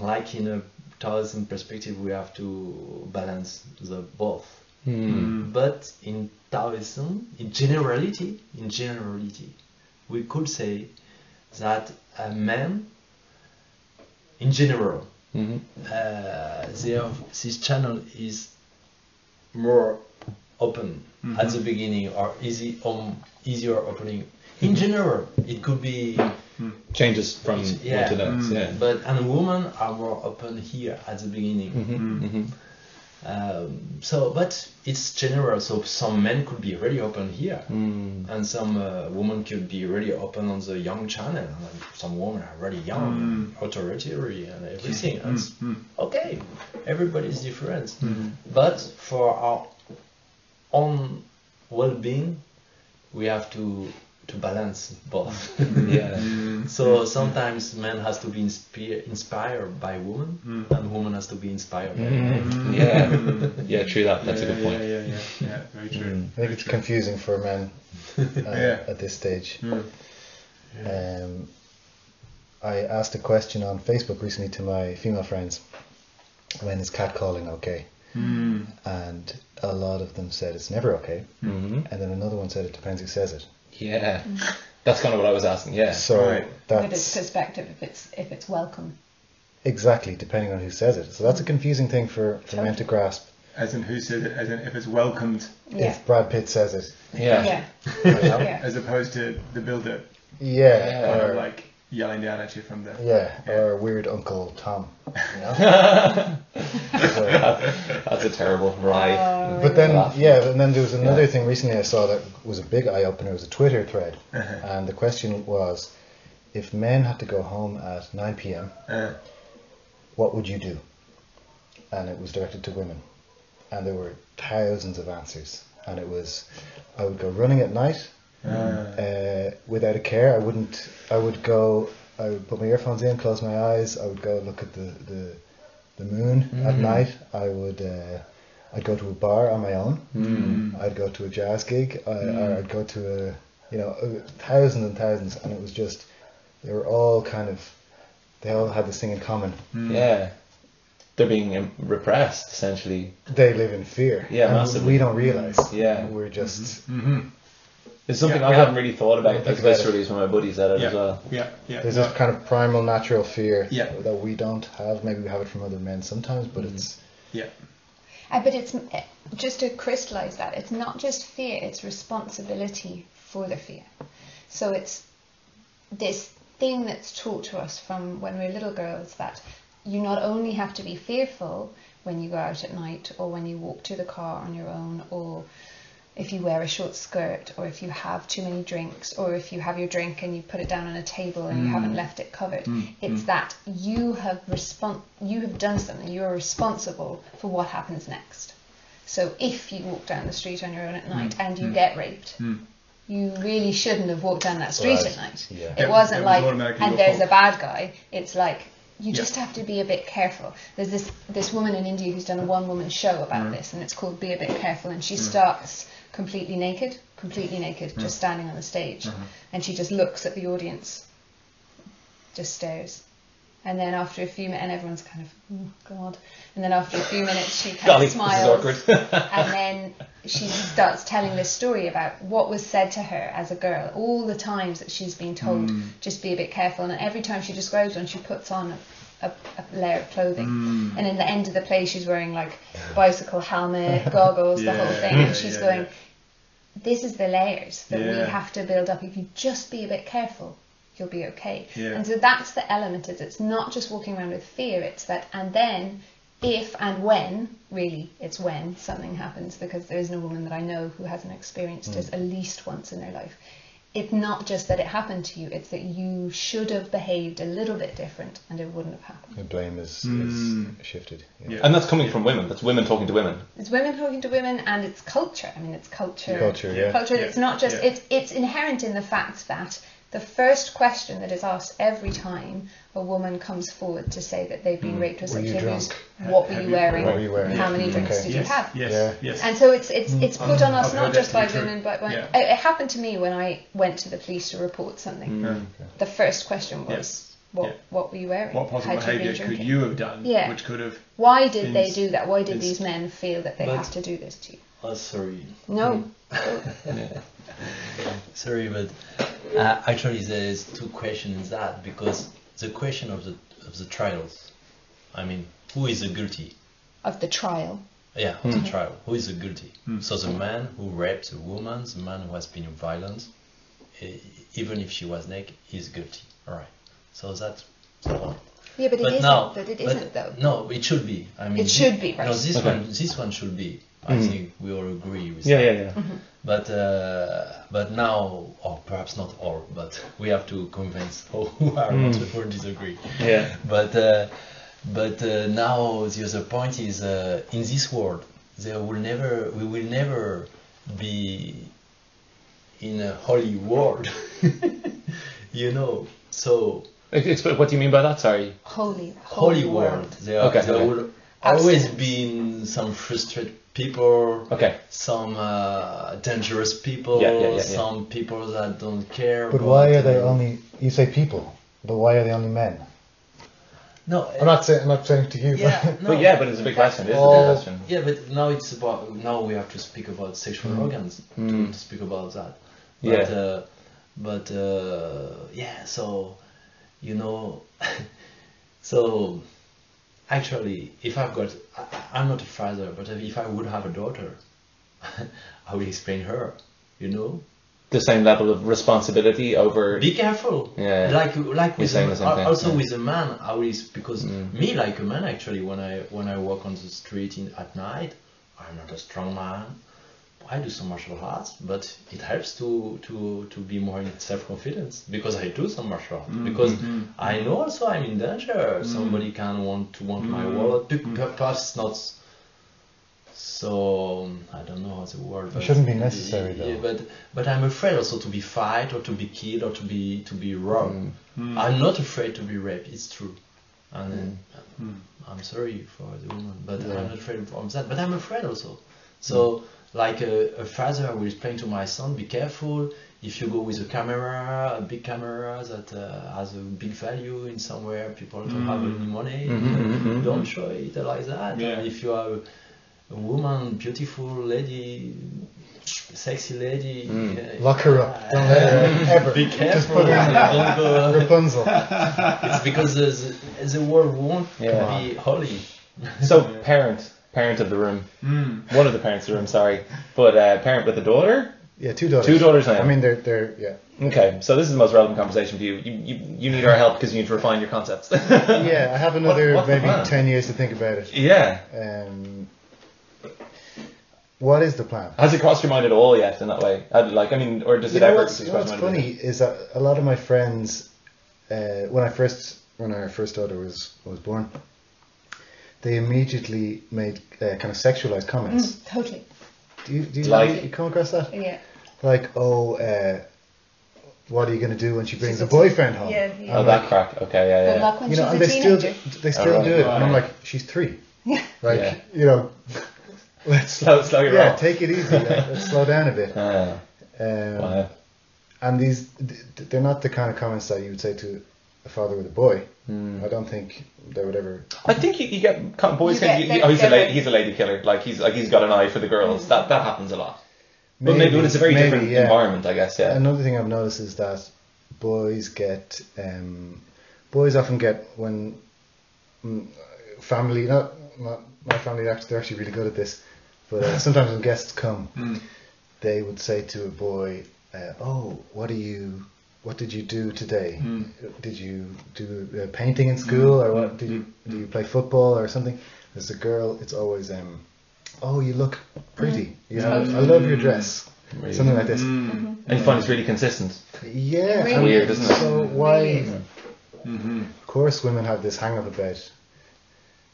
S3: mm, like in a Taoism perspective, we have to balance the both.
S2: Hmm.
S5: Mm-hmm.
S3: But in Taoism, in generality, in generality, we could say that a man, in general,
S2: hmm
S3: uh, their, this channel is more open at the
S5: Mm-hmm.
S3: beginning or easy um, easier opening. In general, it could be,
S5: Mm-hmm.
S2: Changes from
S3: Yeah.
S2: one to the next.
S5: Mm.
S2: Yeah.
S3: but and women are more open here at the beginning.
S2: hmm hmm
S3: Um, so, but it's general. So some men could be really open here,
S2: Mm.
S3: and some uh, women could be really open on the young channel. And then some women are really young, authoritarian, and everything.
S5: Mm.
S3: And it's
S5: Mm-hmm.
S3: okay, everybody's different. But for our own well-being, we have to to balance both.
S5: Mm-hmm.
S2: Yeah.
S5: Mm.
S3: So sometimes man has to be inspir- inspired by woman,
S5: Mm-hmm.
S3: and woman has to be inspired by man.
S2: Mm. Yeah. Yeah. True that. That's a
S5: yeah,
S2: good point.
S5: Mm-hmm. Yeah, yeah, yeah, yeah. Very true.
S2: Mm.
S4: I think it's confusing for men uh,
S5: Yeah.
S4: at this stage.
S5: Mm.
S4: Um, I asked a question on Facebook recently to my female friends when is catcalling okay?
S5: Mm.
S4: And a lot of them said it's never okay.
S2: hmm
S4: And then another one said it depends who says it.
S2: Yeah. That's kind of what I was asking. Yeah.
S4: So
S5: Right.
S1: With its
S4: that's
S1: perspective, if it's if it's welcome.
S4: exactly depending on who says it. So that's a confusing thing for, for men to grasp.
S5: As in who said it? As in if it's welcomed,
S1: Yeah.
S4: If Brad Pitt says it,
S2: Yeah.
S1: yeah.
S4: you know?
S1: Yeah.
S5: as opposed to the builder
S4: yeah,
S2: Yeah.
S5: kind of
S4: or
S5: like yelling down at you from the.
S4: yeah,
S5: Yeah.
S4: or weird Uncle Tom. You know? So-
S2: That's a terrible ride.
S1: Oh,
S4: But then,
S2: Laugh.
S4: yeah, and then there was another
S2: Yeah.
S4: thing recently I saw that was a big eye opener. It was a Twitter thread, and the question was, if men had to go home at nine p.m.,
S5: Uh,
S4: what would you do? And it was directed to women, and there were thousands of answers. And it was, I would go running at night
S5: uh,
S4: uh, without a care. I wouldn't. I would go. I would put my earphones in, close my eyes. I would go look at the the, the moon at
S2: Mm.
S4: night. I would. Uh, I'd go to a bar on my own.
S2: Mm.
S4: I'd go to a jazz gig. I, or I'd go to a, you know, a- thousands and thousands, and it was just, they were all kind of, they all had this thing in common.
S2: Yeah. They're being um, repressed, essentially.
S4: They live in fear.
S2: Yeah,
S4: and
S2: massively.
S4: We don't realize.
S2: Yeah. Mm-hmm.
S4: We're just.
S5: Mm-hmm.
S2: It's something
S5: Yeah,
S2: I
S5: yeah.
S2: hadn't really thought about,
S4: Think about
S2: especially when my buddies had it
S5: yeah,
S2: as well.
S5: yeah, yeah,
S4: There's
S5: no,
S4: this kind of primal natural fear
S5: Yeah.
S4: that we don't have. Maybe we have it from other men sometimes, but
S2: Mm-hmm.
S4: it's
S5: yeah,
S1: Uh, but it's eh, just to crystallize that it's not just fear; it's responsibility for the fear. So it's this thing that's taught to us from when we're little girls that you not only have to be fearful when you go out at night or when you walk to the car on your own or if you wear a short skirt or if you have too many drinks or if you have your drink and you put it down on a table and you haven't left it covered
S5: Mm. Hmm.
S1: it's that you have respon- you have done something you're responsible for what happens next so if you walk down the street on your own at night and you get raped
S5: Mm.
S1: you really shouldn't have walked down that street
S4: Right.
S1: at night
S4: Yeah.
S1: it
S5: Yeah,
S1: wasn't
S5: it was
S1: like
S5: automatically
S1: and
S5: your
S1: there's a
S5: fault.
S1: bad guy it's like you
S5: Yeah.
S1: just have to be a bit careful there's this this woman in india who's done a one woman show about
S2: Mm.
S1: this and it's called be a bit careful and she starts completely naked completely naked
S2: Mm.
S1: just standing on the stage
S2: Mm-hmm.
S1: and she just looks at the audience just stares and then after a few minutes and everyone's kind of oh god and then after a few minutes she kind
S2: Golly,
S1: of
S2: this is
S1: smiles
S2: awkward.
S1: and then she starts telling this story about what was said to her as a girl all the times that she's been told
S2: Mm.
S5: Mm.
S1: just be a bit careful and every time she describes one she puts on a, a, a layer of clothing
S5: Mm.
S1: and in the end of the play she's wearing like bicycle helmet goggles the whole
S5: Yeah,
S1: thing
S5: yeah,
S1: and she's
S5: yeah,
S1: going
S5: yeah.
S1: this is the layers that
S5: Yeah.
S1: we have to build up if you just be a bit careful you'll be okay
S5: Yeah.
S1: and so that's the element of it it's not just walking around with fear it's that and then if and when really it's when something happens because there isn't a woman that i know who hasn't experienced
S5: Mm.
S1: it at least once in their life it's not just that it happened to you it's that you should have behaved a little bit different and it wouldn't have happened
S4: the blame is,
S5: Mm.
S2: Hmm.
S4: is shifted.
S5: yeah.
S2: And that's coming from women. That's women talking to women.
S1: it's women talking to women and it's culture i mean it's culture
S4: Culture, yeah.
S1: culture it's not just
S5: Yeah.
S1: it's it's inherent in the fact that the first question that is asked every time a woman comes forward to say that they've been raped or
S4: Were you
S1: sexually abused
S5: drunk?
S1: what were
S5: Have
S1: you
S5: you-
S1: wearing
S4: What were you wearing?
S1: how many
S4: Yeah. Mm.
S1: drinks
S4: Okay.
S1: did
S5: yes,
S1: you have
S5: Yes,
S4: Yeah.
S5: yes. Mm.
S1: and so it's it's it's put on us
S5: I've
S1: not
S5: heard
S1: just
S5: that
S1: by
S5: to be
S1: women, but when
S5: Yeah.
S1: it, it happened to me when I went to the police to report something.
S2: Mm.
S1: The first question was,
S5: Yes.
S1: "What
S5: Mm. Yeah.
S1: what were you wearing?
S5: what possible
S1: Had you been
S5: behaviour could
S1: drinking?"
S5: you have done,
S1: Yeah.
S5: which could have
S1: Why did they
S5: Ins-
S1: do that? Why did
S5: ins-
S1: these men feel that they
S3: But-
S1: have to do this to you?
S3: Oh, sorry.
S1: No.
S3: Sorry, but uh, actually there is two questions in that because the question of the of the trials, I mean, who is the guilty?
S1: Of the trial.
S3: Yeah, of
S1: Mm-hmm.
S3: the trial. Who is the guilty? So the man who raped the woman, the man who has been violent, e- even if she was naked, is guilty. All right. So that's the one.
S1: Yeah, but it
S3: but
S1: not
S3: now,
S1: But it
S3: but-
S1: isn't though.
S3: No, it should be. I mean,
S1: It
S3: thi-
S1: should be, right.
S3: No, this
S2: Okay.
S3: one, this one should be. I
S2: Mhm.
S3: think we all agree with
S2: Yeah,
S3: that.
S2: yeah, yeah.
S3: But uh, but now, or perhaps not all, but we have to convince all who are
S2: Mm.
S3: not or disagree.
S2: Yeah.
S3: But uh, but uh, now the other point is uh, in this world there will never we will never be in a holy world, you know. So
S2: Ex- Explain, what do you mean by that? Sorry.
S1: Holy, holy,
S3: holy world there
S2: Okay,
S3: there
S2: okay.
S3: will always be some frustrated people
S2: Okay.
S3: some uh, dangerous people,
S2: Yeah, yeah, yeah, yeah.
S3: some people that don't care.
S4: But why are they
S3: uh,
S4: only? You say people, but why are they only men?
S3: No, eh,
S4: I'm not saying. I'm not saying to you. but-
S3: yeah, no.
S2: But yeah, but it's a big question. It is
S4: Oh.
S2: a big question.
S3: Yeah, but now it's about now we have to speak about sexual organs to,
S2: Mm.
S3: to speak about that. But,
S2: Yeah.
S3: Uh, but uh, yeah, so you know, so actually, if I've got, I, I- I'm not a father, but if I would have a daughter, I would explain her. You know,
S2: The same level of responsibility over.
S3: be careful.
S2: Yeah.
S3: Like like with
S2: saying
S3: a-
S2: the same thing,
S3: also
S2: yeah.
S3: with a man, I always because
S2: Mm.
S3: me like a man actually when I when I walk on the street in at night, I'm not a strong man. I do some martial arts, but it helps to to to be more in self confidence because I do some martial arts
S2: Mm,
S3: because I know also I'm in danger. Somebody can want to want
S2: Mm.
S3: my wallet. Pe- pe- Perhaps not. s- So um, I don't know how the word. but-
S4: shouldn't be necessary, though.
S3: Yeah, but but I'm afraid also to be fight or to be killed or to be to be
S2: Mm-hmm,
S3: wrong.
S5: mm.
S3: I'm not afraid to be raped. It's true, and then,
S5: Mm.
S3: I'm sorry for the woman, but I'm not afraid of that. But I'm afraid also. So like a, a father will explain to my son, be careful. If you go with a camera, a big camera that uh, has a big value in somewhere, people don't have any money.
S2: Mm-hmm.
S3: Don't show it like that.
S5: Yeah.
S3: And if you are a woman, beautiful lady, sexy lady, yeah,
S4: Lock her up. Don't let her out, ever.
S3: be
S4: Just
S3: careful.
S4: put her in
S3: don't go.
S4: Rapunzel.
S3: It's because the, the, the world won't
S2: Yeah.
S3: be holy.
S2: So parent, parent of the room,
S5: Mm.
S2: one of the parents of the room. Sorry, but uh, parent with a daughter.
S4: Yeah, two daughters.
S2: Two daughters now.
S4: I mean, they're they're yeah.
S2: Okay, so this is the most relevant conversation for you. You, you, you need our help because you need to refine your concepts.
S4: Yeah, I have another
S2: what's the
S4: maybe
S2: plan?
S4: ten years to think about it.
S2: yeah.
S4: Um, what is the plan?
S2: Has it crossed your mind at all yet in that way? Uh, Like, I mean, or does
S4: You
S2: it
S4: know
S2: ever?
S4: what's,
S2: does it
S4: you know
S2: cross
S4: what's
S2: your mind at all?
S4: funny is that a lot of my friends, uh, when I first when our first daughter was was born, they immediately made uh, kind of sexualized comments.
S1: Totally. Mm.
S4: Do you do you,
S2: Like-
S4: you come across that?
S1: Yeah.
S4: Like, oh, uh, what are you going to do when she brings
S1: She's
S4: a
S1: upset.
S4: boyfriend home?
S1: Yeah, yeah.
S2: Oh,
S4: I'm
S2: that
S4: like,
S2: crack. Okay, yeah,
S1: Good
S2: yeah.
S1: luck when
S4: you know, and they
S1: she's a
S4: still
S1: teenager.
S4: do, they still
S2: Alright.
S4: do it, and I'm
S5: Right.
S4: like, she's three.
S1: Yeah.
S4: Like,
S2: Yeah.
S4: you know, let's
S2: Slow, slow your
S4: yeah,
S2: roll.
S4: take it easy. Like, let's slow down a bit.
S2: Ah,
S4: Um,
S2: wow.
S4: And these, th- th- they're not the kind of comments that you would say to a father with a boy. I don't think they would ever.
S2: Hmm. I think you, you get kind of boys.
S1: You
S2: think
S1: get
S2: you-
S1: lady
S2: oh, he's a
S1: killer.
S2: lady, he's a lady killer. Like he's like he's got an eye for the girls. That that happens a lot. but maybe when it's a very
S4: Mm. maybe,
S2: different
S4: yeah.
S2: environment, I guess. Yeah.
S4: Another thing I've noticed is that boys get, um, boys often get when mm, family, not, not my family, actually, they're actually really good at this, but uh, sometimes when guests come,
S5: Mm.
S4: they would say to a boy, uh, "Oh, what do you, what did you do today?
S5: Mm.
S4: Did you do uh, painting in school, or what? Did you do you play football or something?" As a girl, it's always, um, "Oh, you look pretty. You know, I love your dress." Something like this.
S5: Mm.
S1: Mm-hmm.
S2: And you find it's really consistent.
S4: Yeah,
S1: Really?
S4: and
S2: Mm. Weird, isn't it?
S4: So why?
S1: Really.
S5: Mm-hmm.
S4: Of course, women have this hang up about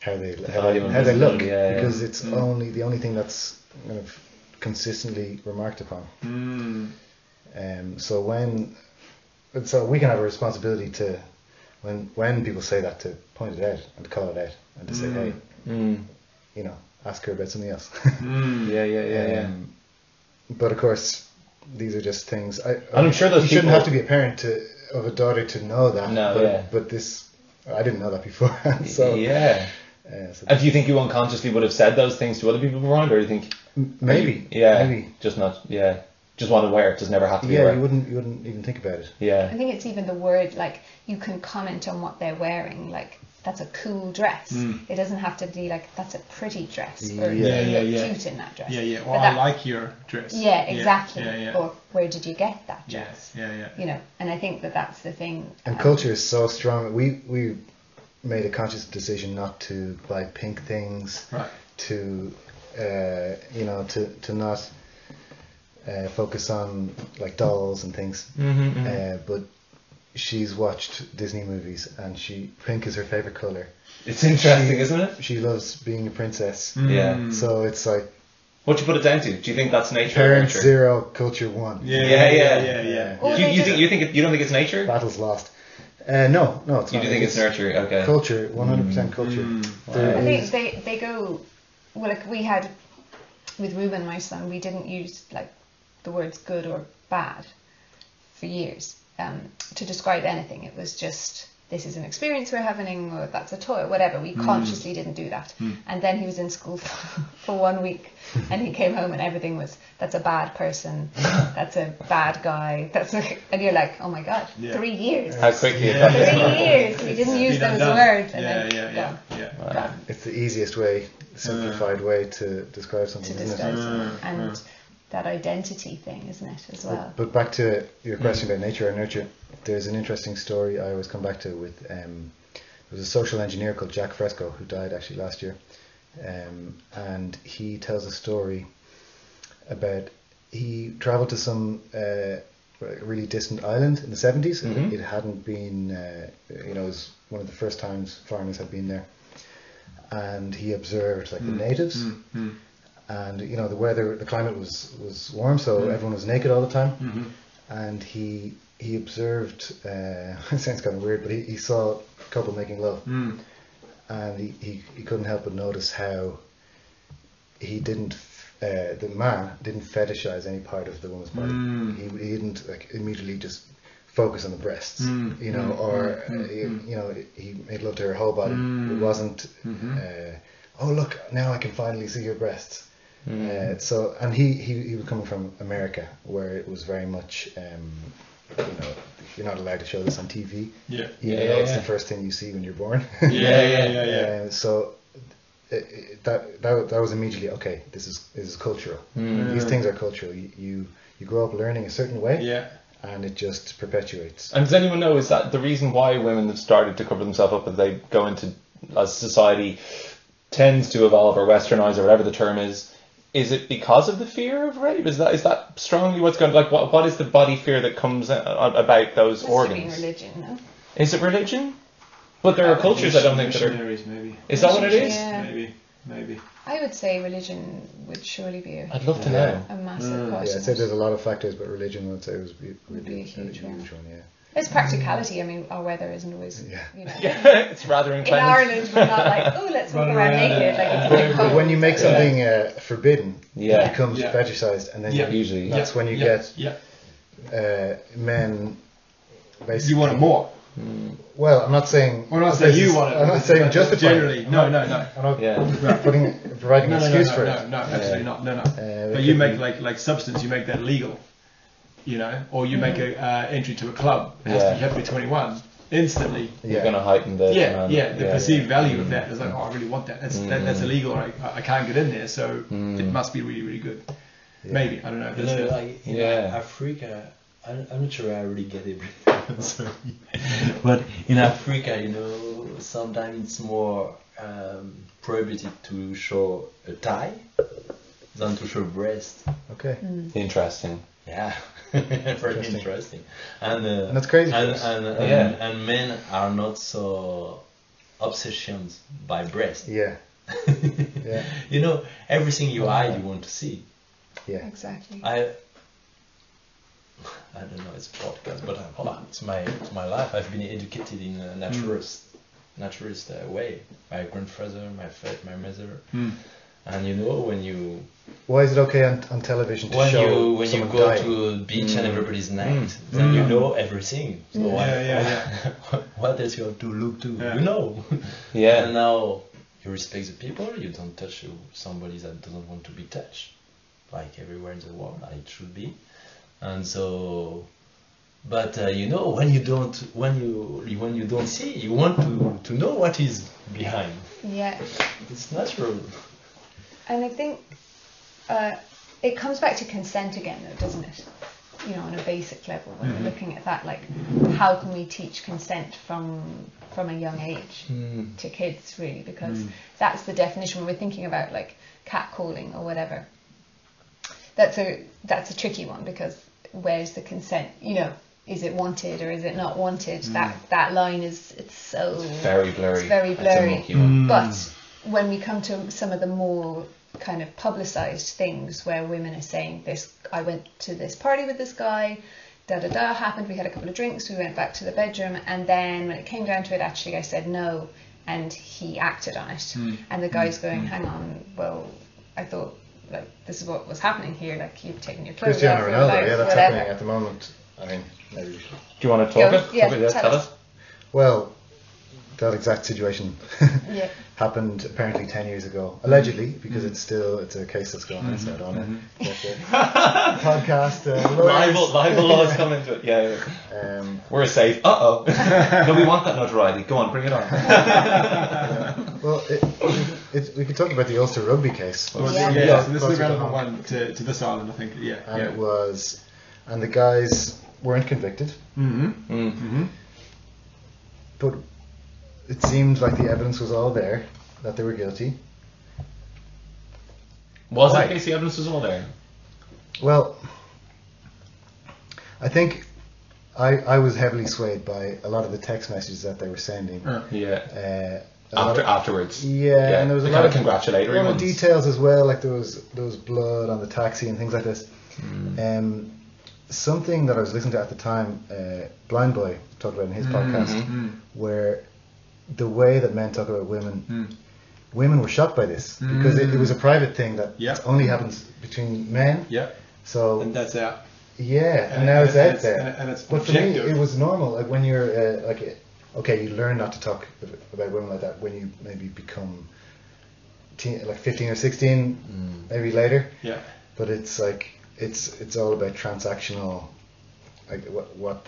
S4: how they how,
S2: value
S4: they,
S2: of
S4: how they look
S2: visibility, yeah, Mm. yeah.
S4: because it's only the only thing that's kind of consistently remarked upon.
S5: Mm.
S4: Um, so when, and so we can have a responsibility to, when when people say that, to point it out and to call it out and to say, hey,
S2: Mm.
S4: you know, ask her about something else.
S5: Mm.
S2: Yeah, yeah, yeah, yeah.
S4: Um, but of course, these are just things. I,
S2: And I'm sure those
S4: you shouldn't
S2: people-
S4: have to be a parent to of a daughter to know that.
S2: No,
S4: but,
S2: yeah.
S4: but this, I didn't know that before. so
S2: Hmm. yeah.
S4: uh, so uh,
S2: And do you think you unconsciously would have said those things to other people around, or do you think
S4: M- Maybe.
S2: Yeah.
S4: Maybe.
S2: Just not. Yeah. Just want to wear it. Doesn't ever have to be
S4: Yeah,
S2: aware.
S4: you wouldn't you wouldn't even think about it.
S1: I
S2: Yeah.
S1: think it's even the word like you can comment on what they're wearing. Like that's a cool dress. It doesn't have to be like that's a pretty dress or
S4: Yeah,
S1: you
S5: yeah,
S1: look
S5: yeah.
S1: cute in that dress.
S5: Yeah, yeah.
S1: But
S5: Or I
S1: that-
S5: like your dress.
S1: Yeah, exactly.
S5: Yeah, yeah.
S1: Or where did you get that
S5: yeah,
S1: dress?
S5: yeah, yeah.
S1: You know, and I think that that's the thing.
S4: And
S1: um,
S4: culture is so strong. We we made a conscious decision not to buy pink things,
S5: Right.
S4: to uh, you know, to to not uh, focus on like dolls and things.
S2: Mm-hmm,
S4: Uh, but she's watched Disney movies, and she pink is her favorite color.
S2: It's interesting, isn't it?
S4: She loves being a princess.
S5: Mm.
S2: Yeah.
S4: So it's like
S2: What do you put it down to? Do you think that's nature? or
S4: parents
S2: nurture?
S4: zero, culture one.
S5: Yeah,
S2: Yeah,
S5: yeah, yeah,
S2: yeah.
S5: yeah, yeah.
S1: Or
S2: You,
S1: they
S2: you
S1: just-
S2: think you think it, you don't think it's nature?
S4: Battle's lost. Uh, no, no, it's
S2: You
S4: not.
S2: do think it's uh, nurture? Okay.
S4: culture, one hundred percent
S2: Mm-hmm.
S4: culture.
S5: Mm.
S4: There
S1: I think
S4: is-
S1: they, they go well like we had with Ruben my son we didn't use like the words good or bad for years um, to describe anything it was just this is an experience we're having or that's a toy or whatever
S5: Hmm.
S1: we consciously didn't do that and then he was in school for, for one week and he came home and everything was that's a bad person that's a bad guy that's a, and you're like oh my god
S5: Yeah.
S1: three years
S2: How quickly?
S5: Yeah.
S2: It
S1: three years we didn't use
S5: Been
S1: those
S5: undone.
S1: words and
S5: Yeah,
S1: then
S5: yeah, yeah,
S1: gone.
S5: yeah.
S2: Wow.
S4: It's the easiest way, simplified way to describe
S1: to
S4: something, isn't
S1: discuss
S4: it?
S5: Mm,
S1: and that identity thing, isn't it, as well?
S4: But, but back to
S5: Mm.
S4: your question about nature and nurture, there's an interesting story I always come back to with um, there was a social engineer called Jack Fresco who died actually last year, um, and he tells a story about he traveled to some uh, really distant island in the 70s.
S5: Mm-hmm.
S2: Mhm.
S4: It hadn't been, uh, you know, it was one of the first times foreigners had been there, and he observed like the natives
S5: Mm, mm,
S4: and you know the weather the climate was was warm so
S5: Mm.
S4: everyone was naked all the time
S2: mm,
S5: mhm.
S4: and he he observed uh it sounds kind of weird but he, he saw a couple making love
S5: Mm,
S4: and he, he, he couldn't help but notice how he didn't f- uh, the man didn't fetishize any part of the woman's body
S5: Mm.
S4: he, he didn't like immediately just focus on the breasts
S5: Mm,
S4: you know
S5: mm,
S4: or
S5: mm,
S4: uh,
S5: mm,
S4: he-
S5: mm.
S4: you know he made love to her whole body it
S5: Mm.
S4: wasn't
S5: Mhm.
S2: mm.
S4: uh, oh look now i can finally see your breasts
S2: Hmm. Mm.
S4: uh, so and he, he he was coming from america where it was very much um, you know you're not allowed to show this on tv even
S5: Yeah.
S2: Yeah,
S4: though
S2: yeah,
S4: it's
S2: yeah.
S4: the first thing you see when you're born
S5: Yeah, yeah, yeah, yeah.
S4: uh, so uh, uh, that, that that was immediately okay. This is this is cultural.
S2: Mm.
S4: These things are cultural. You, you you grow up learning a certain way,
S5: Yeah.
S4: and it just perpetuates.
S2: And does anyone know is that the reason why women have started to cover themselves up as they go into as society tends to evolve or westernize or whatever the term is? Is it because of the fear of rape? Is that is that strongly what's going like? What what is the body fear that comes a- about those
S1: Must have been
S2: organs?
S1: religion, no?
S2: Is it religion? But there are cultures I don't think that are.
S5: Missionaries, maybe.
S2: Is that what it is?
S1: Yeah.
S5: Maybe, maybe.
S1: I would say religion would surely be a,
S2: I'd love to
S4: Yeah.
S2: know.
S1: a massive
S5: Mm, yeah,
S1: part.
S4: Yeah,
S1: of
S4: I'd say
S1: it.
S4: there's a lot of factors, but religion would say it was be,
S1: Would
S4: really,
S1: be a huge one.
S4: huge one. Yeah,
S1: There's practicality. I mean, our weather isn't always.
S4: yeah.
S1: You know.
S2: Yeah, it's rather
S1: In
S2: incredible.
S1: Ireland, we're not like, oh, let's walk
S5: Run
S1: around
S5: around
S1: naked.
S5: and-
S1: Like it's a
S5: But-
S1: bit
S4: But
S1: cold.
S4: when you make
S1: so-
S4: something uh, forbidden, it
S2: Yeah.
S4: becomes
S5: Yeah.
S4: fetishized, and then
S5: Yeah.
S4: you,
S2: Usually.
S4: that's when you
S5: yeah,
S4: get
S5: Yeah.
S4: uh, men. Basically,
S5: You want it more.
S2: Hmm.
S4: Well, I'm not saying.
S5: Well, not saying
S4: this
S5: you
S4: is-
S5: want it.
S4: I'm not saying justify. it.
S5: Generally, no, no, no.
S4: I'm not
S2: Yeah.
S4: putting, providing
S5: No,
S4: an
S5: no, no,
S4: excuse
S5: no,
S4: for
S5: no,
S4: it.
S5: no, absolutely not. No, no.
S4: Uh,
S5: But you make like like substance, you make that legal, you know, or you make
S4: Mm.
S5: a uh, entry to a club. It has to,
S2: Yeah.
S5: you have to be 21 instantly.
S2: You're going to heighten the.
S5: Yeah,
S2: demand.
S5: yeah. The
S2: yeah.
S5: perceived value of that is
S4: Mm.
S5: like, oh, I really want that. That's that,
S4: Mm-hmm.
S5: that's illegal. I, I can't get in there, so
S4: Mm.
S2: Hmm.
S5: it must be really, really good. Maybe I don't know. if
S3: You
S5: that's
S3: know,
S5: it.
S3: like in
S2: Yeah.
S3: Africa, I, I'm not sure I really get it. Sorry. But in Africa, you know, sometimes it's more um, prohibited to show a tie than to show breast.
S4: Okay.
S1: Mm,
S2: Interesting.
S3: Yeah, very
S4: Interesting.
S3: interesting. And, uh,
S4: And that's crazy for
S3: And
S4: us.
S3: and, and,
S2: Yeah.
S3: and men are not so obsessioned by breast.
S4: Yeah. yeah.
S3: You know, everything you hide, you want to see.
S4: Yeah.
S1: Exactly.
S3: I I don't know. It's a podcast, but I- well, it's my it's my life. I've been educated in a naturalist naturalist uh, way. My grandfather, my fa- my mother,
S5: Mm.
S3: and you know when you
S4: Why is it okay on, on television to
S3: when
S4: show
S3: you when you
S4: someone
S3: go
S4: dying?
S3: to a beach and everybody's naked,
S2: Mm.
S3: then you
S5: Mm.
S3: know everything. So
S1: Mm.
S3: why,
S5: Yeah, yeah,
S3: what else you have to look to?
S5: Yeah.
S3: You know.
S2: Yeah.
S3: And now you respect the people. You don't touch somebody that doesn't want to be touched. like everywhere in the world, like it should be. And so, but uh, you know, when you don't, when you when you don't see, you want to to know what is behind.
S1: Mm, Yeah.
S3: It's natural.
S1: And I think uh, it comes back to consent again, though, doesn't it? You know, on a basic level, when we're looking at that, like, how can we teach consent from from a young age to kids, really? Because that's the definition when we're thinking about like catcalling or whatever. That's a that's a tricky one because where's the consent? You know, is it wanted or is it not wanted? That that line is it's so
S2: Very blurry.
S1: It's very
S2: a
S1: blurry.
S2: monkey one.
S5: Hmm.
S1: But
S4: Hmm.
S1: when we come to some of the more kind of publicized things where women are saying this, I went to this party with this guy, da da da happened, we had a couple of drinks, we went back to the bedroom, and then when it came down to it, actually, I said no, and he acted on it.
S4: Hmm.
S5: Hmm.
S1: And the guy's going, hang on, well, I thought. Like this is what was happening here. Like you've taken your clothes
S4: Cristiano
S1: off, or,
S4: Ronaldo,
S1: like,
S4: yeah, that's
S1: whatever.
S4: happening at the moment. I mean, maybe we should.
S2: Do you want to talk
S1: Go-
S2: it?
S1: yeah,
S2: Talk it,
S1: tell us.
S4: Well, that exact situation
S1: Yeah.
S4: happened apparently 10 years ago, allegedly, because it's still it's a case that's going outside on it. That's it. Podcast. Uh, lawyers.
S2: Libel, libel laws come into it. Yeah, yeah.
S4: Um,
S2: we're safe. Uh oh. no, we want that notoriety. Go on, bring it on.
S4: well, it, it, we could talk about the Ulster rugby case.
S5: Well,
S1: Yeah.
S5: yeah.
S4: Yeah.
S5: so this
S4: Close
S5: is
S4: to
S5: a
S4: the
S5: relevant
S4: home.
S5: one to, to this island, I think. Yeah,
S4: And
S5: yeah.
S4: it was, and the guys weren't convicted,
S5: hmm
S2: Mm.
S5: hmm
S4: but it seemed like the evidence was all there that they were guilty.
S2: Was
S4: Why?
S2: it case the evidence was all there?
S4: Well, I think I, I was heavily swayed by a lot of the text messages that they were sending.
S5: Uh,
S2: Yeah.
S4: Uh, a lot
S2: After
S4: of-
S2: afterwards.
S4: yeah, and there was a
S2: the
S4: lot
S2: kind
S4: of
S2: of congratulatory
S4: lot of
S2: ones.
S4: details as well, like there was there was blood on the taxi and things like this.
S2: Mm.
S5: Mm.
S4: Um, something that I was listening to at the time, uh, Blind Boy talked about in his podcast,
S5: mm.
S4: where the way that men talk about women,
S5: Mm.
S4: women were shocked by this because it, it was a private thing that
S5: Yeah.
S4: only happens between men.
S5: Yeah,
S4: So
S5: and that's out.
S4: yeah, and
S5: And-
S4: now it's
S5: and
S4: out
S5: it's-
S4: there.
S5: and- and it's
S4: but for me, it
S5: objective.
S4: was normal. Like when you're uh, like, uh, okay, you learn not to talk ab- about women like that when you maybe become teen, like 15 or 16,
S5: Mm.
S4: maybe later.
S5: Yeah.
S4: But it's like it's it's all about transactional. Like what what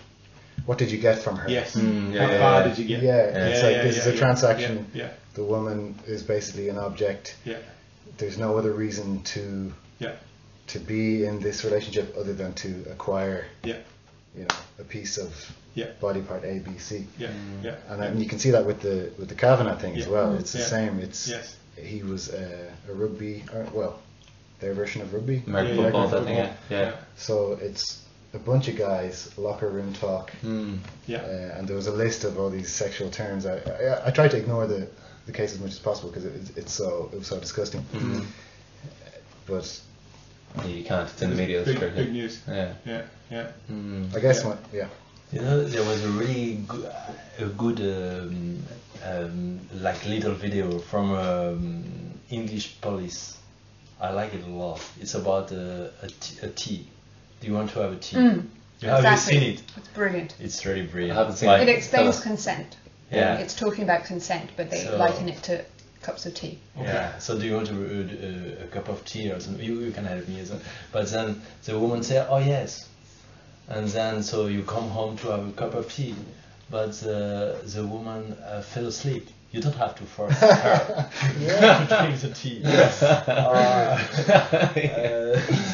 S4: what did you get from her?
S5: Yes.
S2: Mm, yeah,
S5: How
S2: yeah,
S5: far
S2: yeah.
S5: did you
S4: Hmm, Yeah,
S5: get?
S4: it's
S5: Yeah,
S4: like
S5: yeah,
S4: this
S5: yeah,
S4: is a
S5: yeah,
S4: transaction.
S5: Yeah,
S4: The woman is basically an object.
S5: yeah,
S4: There's no other reason to
S5: yeah,
S4: to be in this relationship other than to acquire
S5: yeah,
S4: you know, a piece of
S5: Yeah.
S4: body part A, B, C.
S5: yeah, yeah.
S4: Hmm. And, then you can see that with the with the Kavanaugh thing as
S5: Yeah. Mm-hmm.
S4: well. It's the
S5: Yeah.
S4: same. It's
S5: Yes.
S4: he was a, a rugby, or, well, their version of rugby.
S2: American
S5: Yeah, yeah,
S2: football,
S5: American
S2: I think. Yeah. yeah.
S4: So it's a bunch of guys locker room talk,
S2: Mm.
S5: Yeah.
S4: uh, and there was a list of all these sexual terms. I I, I tried to ignore the, the case as much as possible because it, it's- it's so it was so disgusting.
S5: Mm-hmm.
S2: Mhm.
S4: But
S2: Yeah, You can't. It's in the media. it's
S5: Big,
S2: crazy.
S5: big news.
S2: Yeah.
S5: Yeah, yeah.
S2: Mm.
S4: I guess
S5: Yeah.
S4: my yeah.
S3: You know, there was a really go- a good um, um, like little video from um, English police. I like it a lot. It's about a, a, t- a tea. Do you want to have a tea?
S1: Mm,
S3: you have you
S1: exactly.
S3: seen it?
S1: It's brilliant.
S3: It's really brilliant.
S2: I haven't seen
S1: It
S2: Tell
S1: explains
S2: us.
S1: consent.
S3: Yeah.
S1: It's talking about consent, but they
S3: So-
S1: liken it to cups of tea.
S3: Yeah. So do you want a, a, a cup of tea or something? You, you can help me. isn't it? But then the woman say, oh yes. And then so you come home to have a cup of tea, but the the woman uh, fell asleep. You don't have to force her to drink the tea. Uh, uh,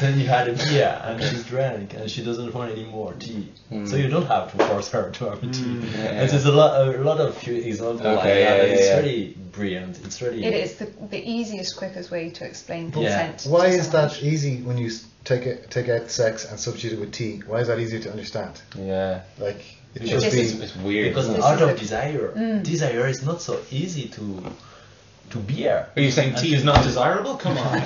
S3: then you had a beer and she drank and she doesn't want any more tea. So you don't have to force her to
S2: Mm.
S3: have a tea.
S5: Mm.
S3: And there's a lot a lot of few examples like
S2: Okay,
S3: that.
S2: yeah,
S3: and it's
S2: yeah, yeah.
S3: really brilliant. It's really
S1: It is the, the easiest, quickest way to explain
S3: Yeah.
S1: consent.
S4: Why
S1: to
S4: is
S1: someone.
S4: that easy when you s- take it, take out sex and substitute it with tea? Why is that easier to understand?
S2: Yeah.
S4: Like it
S2: Because
S4: should
S1: just
S2: it's,
S1: is-
S4: be.
S2: it's weird.
S3: Because
S2: isn't it?
S3: out
S1: is
S3: of
S1: it.
S3: desire,
S1: Mm.
S3: desire is not so easy to to bear.
S2: Are you saying tea is not desirable? Come on.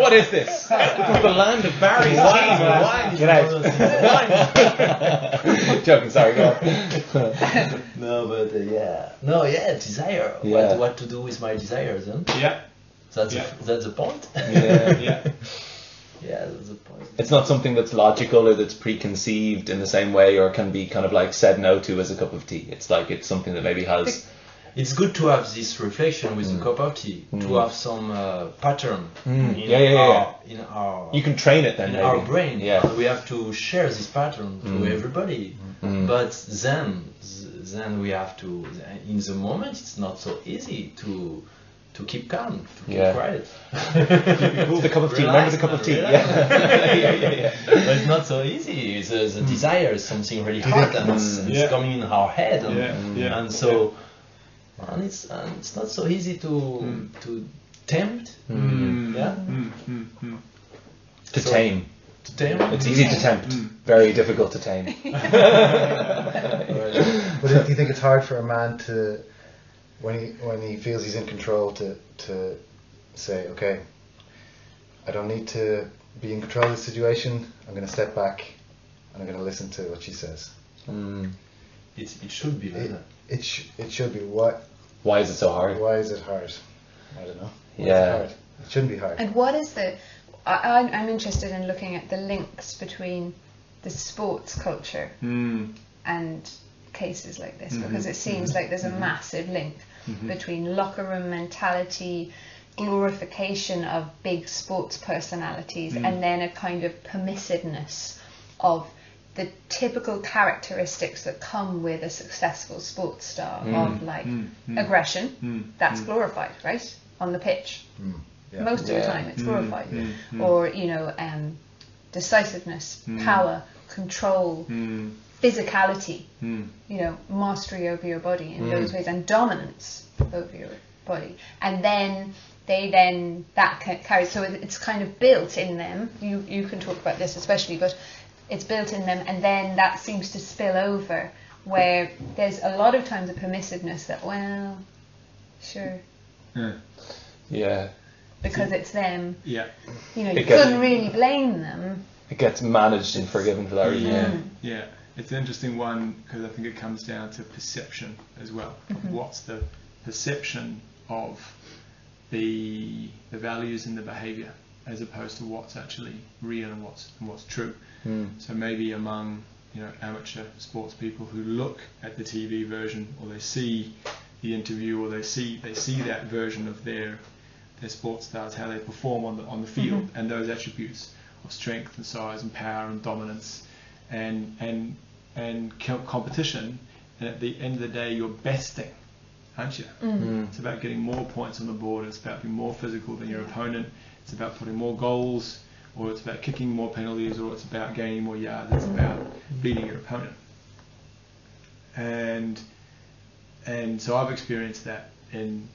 S2: what is this? The land of Barry's
S3: Wine,
S2: Get out. Joking, sorry, go on.
S3: no, but uh, yeah, no, yeah, desire.
S2: Yeah.
S3: What, what to do with my desire then?
S5: Yeah,
S3: That's
S5: Yeah.
S3: the, that's the point.
S2: Yeah.
S5: yeah.
S3: yeah, that's the point.
S2: It's not something that's logical or that's preconceived in the same way or can be kind of like said no to as a cup of tea. It's like it's something that maybe has
S3: it's good to have this reflection with
S2: Mm.
S3: the cup of tea to
S2: Mm.
S3: have some uh, pattern
S2: Mm.
S3: in
S2: Yeah, yeah, yeah,
S3: our in our
S2: You can train it then,
S3: in
S2: maybe.
S3: our brain.
S2: Yeah.
S3: we have to share this pattern to
S2: Mm.
S3: everybody.
S2: Mm.
S3: But then then we have to in the moment it's not so easy to to keep calm to keep
S2: Yeah.
S3: quiet.
S2: It's the cup of tea. Remember
S3: Relax,
S2: the cup of tea.
S3: relax.
S2: Yeah. yeah, yeah, yeah.
S3: but it's not so easy. The, the desire is something really hard, and it's,
S2: Mm.
S3: it's
S5: Yeah.
S3: coming in our head, and,
S5: Yeah, yeah,
S3: and so and it's and it's not so easy to
S5: Mm.
S3: to tempt
S5: Mm,
S3: Yeah.
S5: Mm, mm, mm.
S2: To
S3: So-
S2: tame.
S3: to tempt.
S2: It's easy to tempt.
S5: Mm.
S2: Very difficult to tame.
S4: But do you think it's hard for a man to, when he when he feels he's in control, to to say, okay, I don't need to be in control of the situation. I'm going to step back, and I'm going to listen to what she says.
S2: Mm.
S3: It, it should be like
S4: It
S3: that.
S4: it, sh- it should be what?
S2: Why is it so hard?
S4: Why is it hard? I don't know. Why is it
S2: Yeah.
S4: hard? It shouldn't be hard.
S1: And what is the? I, I'm, I'm interested in looking at the links between the sports culture
S5: Mm,
S1: and cases like this
S5: Mhm,
S1: because it seems like there's a
S5: Mm-hmm.
S1: massive link
S5: mhm.
S1: between locker room mentality, glorification of big sports personalities,
S5: Mm.
S1: and then a kind of permissiveness of the typical characteristics that come with a successful sports star of like
S5: mm, mm,
S1: aggression.
S5: mm,
S1: That's
S5: mm,
S1: glorified, right? On the pitch,
S4: Mm, yeah.
S1: most of
S2: Yeah.
S1: the time it's
S5: mm,
S1: glorified.
S5: mm, mm,
S1: Or you know, um, decisiveness,
S5: Mm.
S1: power, control,
S5: mm,
S1: physicality
S5: mm,
S1: you know, mastery over your body in
S2: Mm.
S1: those ways and dominance over your body. And then they then that ca- carries so it- it's kind of built in them. You you can talk about this especially, but it's built in them, and then that seems to spill over where there's a lot of times a permissiveness that well, sure.
S5: mm.
S2: Yeah.
S1: Because it's them,
S5: Yeah.
S1: you know,
S2: It
S1: you
S2: gets-
S1: couldn't really blame them.
S2: It gets managed and forgiven for that reason.
S5: Yeah,
S2: Yeah.
S5: yeah. It's an interesting one because I think it comes down to perception as well.
S1: Mhm.
S5: What's the perception of the the values and the behaviour, as opposed to what's actually real and what's and what's true.
S2: Mm.
S5: So maybe among you know amateur sports people who look at the TV version or they see the interview or they see they see that version of their their sports stars how they perform on the on the field and those attributes of strength and size and power and dominance and and and co- competition and at the end of the day you're besting aren't you
S1: Mm.
S2: Mm.
S5: it's about getting more points on the board. It's about being more physical than your opponent. It's about putting more goals, or it's about kicking more penalties, or it's about gaining more yards. It's about beating your opponent. And and so I've experienced that in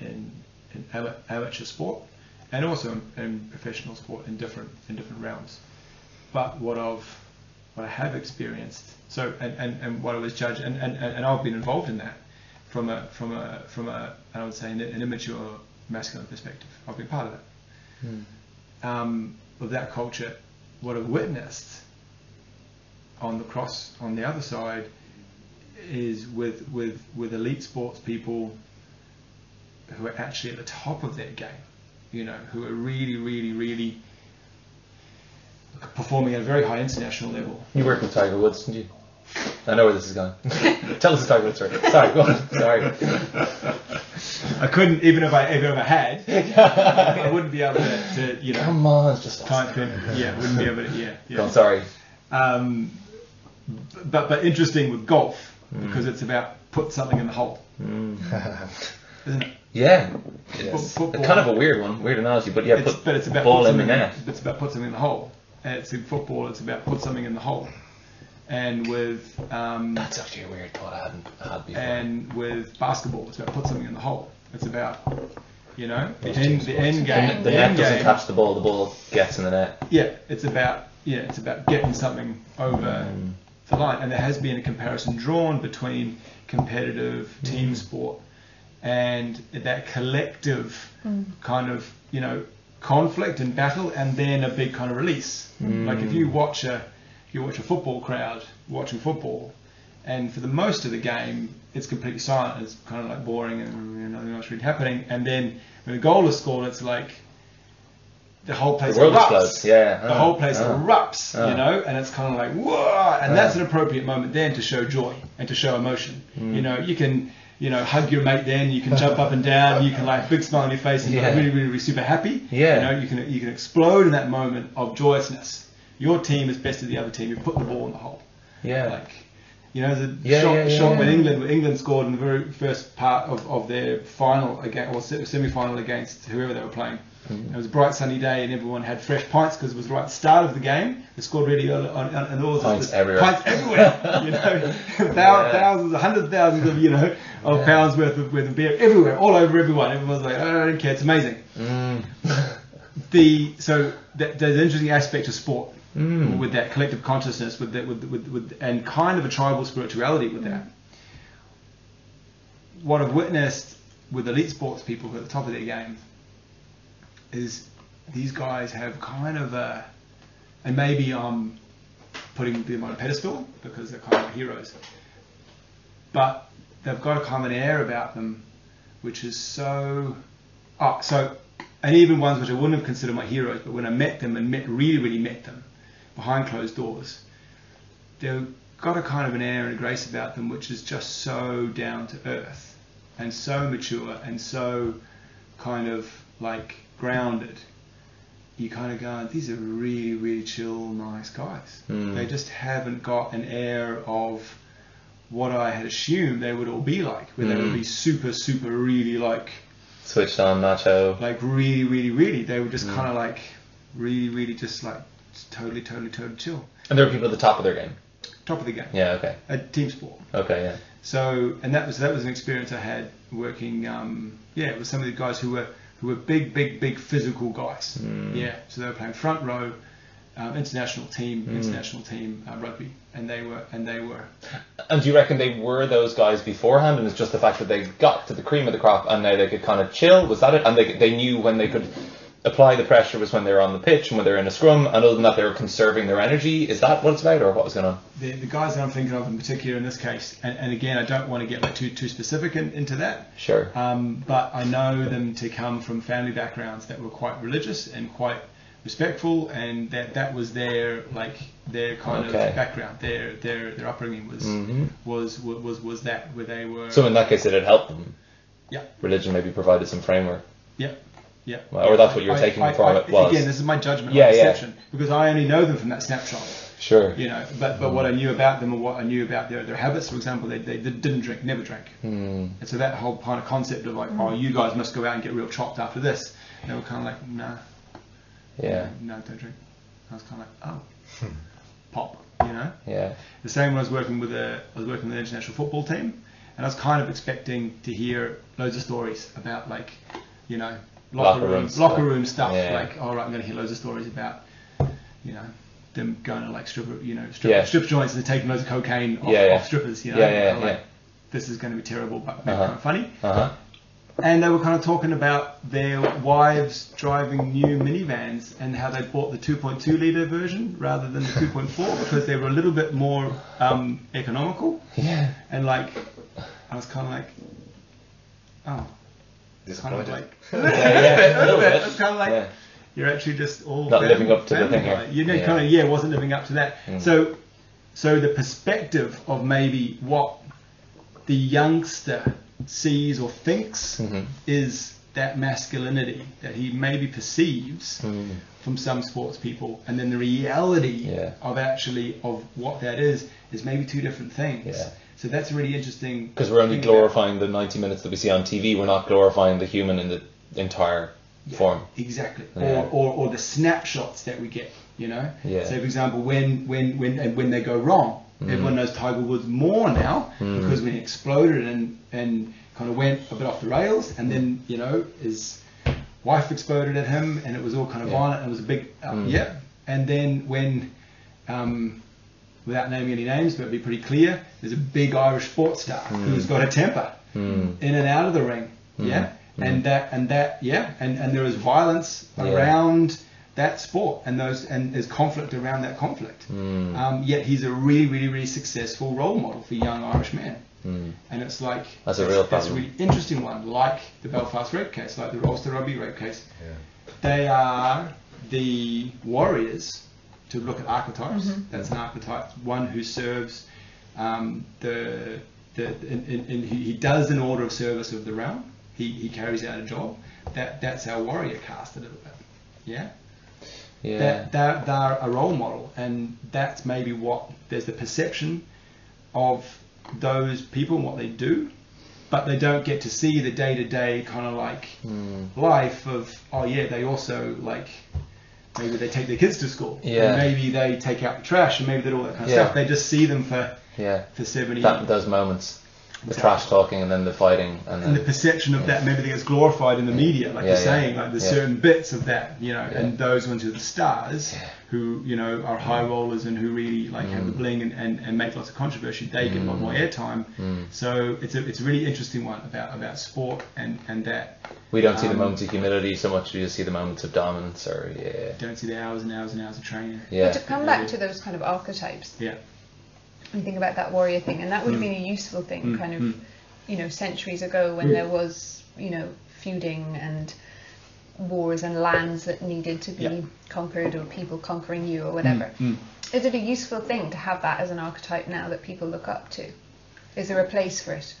S5: in, in ama- amateur sport, and also in, in professional sport in different in different realms. But what I've what I have experienced, so and, and, and what I was judged, and, and, and and I've been involved in that from a from a from a I would say an, an immature masculine perspective. I've been part of that
S2: Mm.
S5: um, of that culture. What I've witnessed on the cross on the other side is with with with elite sports people who are actually at the top of their game, you know, who are really really really performing at a very high international level.
S2: You worked with Tiger Woods, didn't you? I know where this is going. Tell us the Tiger Woods story. Sorry, go on. Sorry.
S5: I couldn't even if I even if I had, I wouldn't be able to, to you know.
S2: Come on, it's just
S5: time frame. Yeah, wouldn't be able to. Yeah,
S2: Go on,
S5: yeah.
S2: sorry.
S5: Um, but but interesting with golf because it's about put something in the hole, isn't it?
S2: Yeah.
S4: Yes.
S5: Fo- football.
S2: It's kind of a weird one, weird analogy, but yeah,
S5: it's,
S2: put
S5: but it's about
S2: ball
S5: put
S2: in the
S5: something-
S2: net.
S5: It's about put something in the hole. And It's in football. It's about put something in the hole, and with um,
S2: That's actually a weird thought I hadn't had before.
S5: and with basketball, it's about put something in the hole. It's about you know the
S4: Those
S5: end
S4: two
S5: the
S4: sports.
S5: end
S1: The
S5: game.
S1: net-
S2: the
S5: the
S2: net
S5: end
S2: doesn't
S5: game.
S2: catch the ball, the ball gets in the net.
S5: Yeah, it's about yeah, it's about getting something over.
S2: Mm.
S5: the line. And there has been a comparison drawn between competitive team sport and that collective
S1: Mm.
S5: kind of, you know, conflict and battle and then a big kind of release.
S2: Mm.
S5: Like if you watch a you watch a football crowd watching football and for the most of the game it's completely silent, it's kind of like boring and you know, nothing else really happening. And then when the goal is scored it's like the whole
S2: The
S5: place
S2: world
S5: erupts
S2: explodes. Yeah.
S5: the
S2: ah,
S5: whole place
S2: ah.
S5: erupts,
S2: Ah.
S5: you know, and it's kind of like whoa, and that's
S2: Ah. Mm.
S5: an appropriate moment then to show joy and to show emotion. You know, you can you know, hug your mate then, you can jump up and down, you can like big smile on your face and
S2: Yeah.
S5: you're really, really, really super happy.
S2: Yeah.
S5: You know, you can you can explode in that moment of joyousness. Your team is best of the other team, you put the ball in the hole.
S2: Yeah.
S5: Like you know, the
S2: Yeah,
S5: shot,
S2: yeah, yeah,
S5: shot when
S2: yeah.
S5: England when England scored in the very first part of, of their final again or semi final against whoever they were playing.
S2: Mm.
S5: It was a bright sunny day and everyone had fresh pints because it was right at the start of the game. They scored really early on, on, and all this-
S2: Pints
S5: this-
S2: everywhere.
S5: Pints everywhere. you know, thou-
S2: Yeah.
S5: thousands, hundreds of thousands of you know of pounds worth of, worth of beer everywhere, all over everyone. Everyone's like, oh, I don't care. It's amazing.
S2: Mm.
S5: The so that, there's an interesting aspect of sport with that collective consciousness, with that, with, with, with, and kind of a tribal spirituality with that. What I've witnessed with elite sports people who are at the top of their game is these guys have kind of a, and maybe I'm putting them on a pedestal because they're kind of heroes, but they've got a kind of an air about them which is so, ah, so, and even ones which I wouldn't have considered my heroes, but when I met them and met, really, really met them, behind closed doors, they've got a kind of an air and a grace about them which is just so down to earth and so mature and so kind of like grounded. You kind of go, these are really, really chill, nice guys.
S2: Mm.
S5: They just haven't got an air of what I had assumed they would all be like, where they would
S2: Mm.
S5: be super, super, really like
S2: Switched on Nacho.
S5: like really, really, really. They were just kind of like really, really, just like totally, totally, totally chill.
S2: And there were people at the top of their game.
S5: Top of the game.
S2: Yeah, okay.
S5: A team sport.
S2: Okay, yeah.
S5: So, and that was that was an experience I had working. Um, yeah, with some of the guys who were who were big, big, big physical guys. Yeah, so they were playing front row, um, international team, international team uh, rugby, and they were and they were
S2: And do you reckon they were those guys beforehand, and it's just the fact that they got to the cream of the crop, and now they could kind of chill? Was that it? And they they knew when they could apply the pressure was when they were on the pitch and when they were in a scrum, and other than that, they were conserving their energy. Is that what it's about, or what was going on?
S5: the, the guys that I'm thinking of in particular in this case. And, and again, I don't want to get like too too specific in, into that.
S2: Sure.
S5: um, but I know them to come from family backgrounds that were quite religious and quite respectful, and that that was their like their kind
S2: Okay. Hmm.
S5: of background. Their their their upbringing was was, was was was that where they were.
S2: Mm-hmm. So in that case, it had helped them.
S5: Yeah.
S2: Religion maybe provided some framework.
S5: yeah, yeah.
S2: Well, or that's what you were
S5: I-
S2: taking
S5: I-
S2: from
S5: I-
S2: it was.
S5: Again, this is my judgment,
S2: Yeah,
S5: yeah,
S2: yeah.
S5: perception, because I only know them from that snapshot.
S2: Sure.
S5: You know, but but what I knew about them and what I knew about their, their habits, for example, they, they did- didn't drink, never drank.
S2: Hmm.
S5: And so that whole kind of concept of like, oh, you guys must go out and get real chopped after this, they were kind of like, nah,
S2: Yeah. Hmm.
S5: No, don't drink. I was kind of like, oh, pop, you know.
S2: Yeah.
S5: The same when I was working with a, I was working with an international football team, and I was kind of expecting to hear loads of stories about like, you know,
S2: Locker
S5: locker,
S2: room
S5: room,
S2: stuff.
S5: locker room stuff.
S2: Yeah.
S5: Like, all right, I'm going to hear loads of stories about, you know, them going to like stripper, you know, strip,
S2: Yeah.
S5: strip joints and taking loads of cocaine off,
S2: Yeah, yeah.
S5: off strippers, you know.
S2: Yeah, yeah,
S5: and I'm like, This is going to be terrible, but maybe
S2: Uh-huh.
S5: kind of funny.
S2: Uh huh.
S5: And they were kind of talking about their wives driving new minivans and how they bought the 2.2 liter version rather than the 2.4 because they were a little bit more um, economical.
S2: Yeah.
S5: And like, I was kind of like, oh, kind of
S4: Disappointed.
S5: like,
S2: Yeah, yeah. A little bit.
S5: I was kind of like,
S2: Yeah.
S5: you're actually just all
S2: Not
S5: fam-
S2: living up to the
S5: family
S2: thing, yeah.
S5: guy. You know,
S2: Yeah. Mm.
S5: kind of yeah, wasn't living up to that. So, so the perspective of maybe what the youngster sees or thinks
S2: Mm-hmm.
S5: is that masculinity that he maybe
S2: Hmm.
S5: perceives
S2: Mm-hmm.
S5: from some sports people, and then the reality
S2: Yeah.
S5: of actually of what that is is maybe two different things.
S2: Yeah.
S5: So that's a really interesting
S2: Because we're only
S5: thing about-
S2: glorifying the 90 minutes that we see on TV. We're not glorifying the human in the entire form.
S5: Exactly.
S2: Yeah.
S5: Or, or, or the snapshots that we get, you know?
S2: Yeah. Mm.
S5: So for example, when when when and when they go wrong, everyone knows Tiger Woods more now because when he exploded and and kind of went a bit off the rails and then, you know, his wife exploded at him and it was all kind of
S2: Yeah. Mm.
S5: violent and it was a big uh, yeah. And then when um without naming any names, but it'd be pretty clear, there's a big Irish sports star
S2: Mm.
S5: who's got a temper
S2: Hmm.
S5: in and out of the ring. Yeah. And that and that yeah, and, and there is violence
S2: Yeah.
S5: around that sport and those and there's conflict around that conflict.
S2: Hmm.
S5: Um, yet he's a really, really, really successful role model for young Irish men.
S2: Hmm.
S5: And it's like
S2: That's a real
S5: that's a
S2: problem.
S5: really interesting one, like the Belfast rape case, like the Ulster Rugby rape case.
S4: Yeah.
S5: They are the warriors to look at archetypes. That's an archetype, one who serves um, the that and, and, and he, he does an order of service of the realm. He, he carries out a job. That that's our warrior cast a little bit. Yeah.
S2: Yeah.
S5: That they're, they're a role model, and that's maybe what there's the perception of those people and what they do, but they don't get to see the day to day kind of like
S2: Hmm.
S5: life of oh yeah they also like maybe they take their kids to school and
S2: Yeah.
S5: maybe they take out the trash and maybe they do all that kind of
S2: Yeah.
S5: stuff. They just see them for
S2: yeah.
S5: for seventy
S2: That, those moments, the
S5: Exactly.
S2: trash talking and then the fighting and
S5: and the
S2: then
S5: perception of that maybe that gets glorified in the media, like
S2: Yeah,
S5: you're
S2: yeah,
S5: saying, like there's
S2: yeah.
S5: certain bits of that, you know,
S2: Yeah. Mm.
S5: and those ones who are the stars, who you know are high rollers and who really like have the bling and, and, and make lots of controversy, they get a lot
S2: Mm.
S5: more airtime.
S2: hmm.
S5: So it's a it's a really interesting one about about sport and and that
S2: we don't see the
S5: um,
S2: moments of humility so much. We just see the moments of dominance or yeah,
S5: don't see the hours and hours and hours of training.
S1: But
S2: yeah.
S1: to come back to those kind of archetypes
S5: Yeah,
S1: and think about that warrior thing, and that would have been a useful thing,
S5: Mm,
S1: kind of,
S5: mm.
S1: you know, centuries ago when
S5: Yeah.
S1: there was, you know, feuding and wars and lands that needed to be
S5: Yeah.
S1: conquered or people conquering you or whatever.
S5: Mm, mm.
S1: Is it a useful thing to have that as an archetype now that people look up to? Is there a place for it?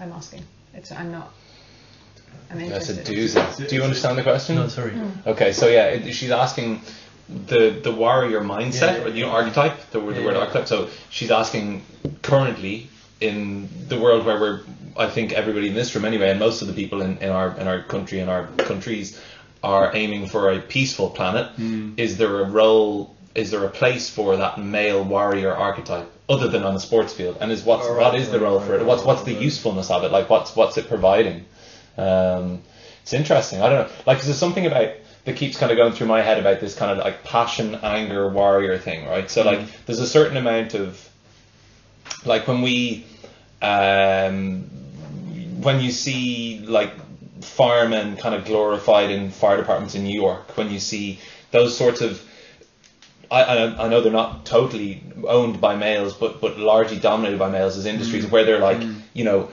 S1: I'm asking. It's I'm not. I'm
S2: That's a
S1: interested.
S2: doozy. Do you understand the question?
S3: No, sorry.
S2: Okay, so yeah, it, she's asking the the warrior mindset
S3: Yeah.
S2: or the archetype, the, word- the
S3: Yeah,
S2: word
S3: yeah.
S2: archetype. So she's asking currently in the world where we're, I think everybody in this room anyway, and most of the people in, in our in our country and our countries are aiming for a peaceful planet.
S3: Hmm.
S2: Is there a role? Is there a place for that male warrior archetype other than on the sports field? And is what's
S3: All
S2: what
S3: right,
S2: is the
S3: right,
S2: role for it?
S3: right,
S2: What's what's
S3: right,
S2: the
S3: right.
S2: usefulness of it? Like what's what's it providing? Um, it's interesting. I don't know. Like, is there something about that keeps kind of going through my head about this kind of like passion, anger, warrior thing, right? So like, there's a certain amount of like when we um, when you see like firemen kind of glorified in fire departments in New York, when you see those sorts of I, I, I know they're not totally owned by males, but but largely dominated by males as industries where they're like, you know,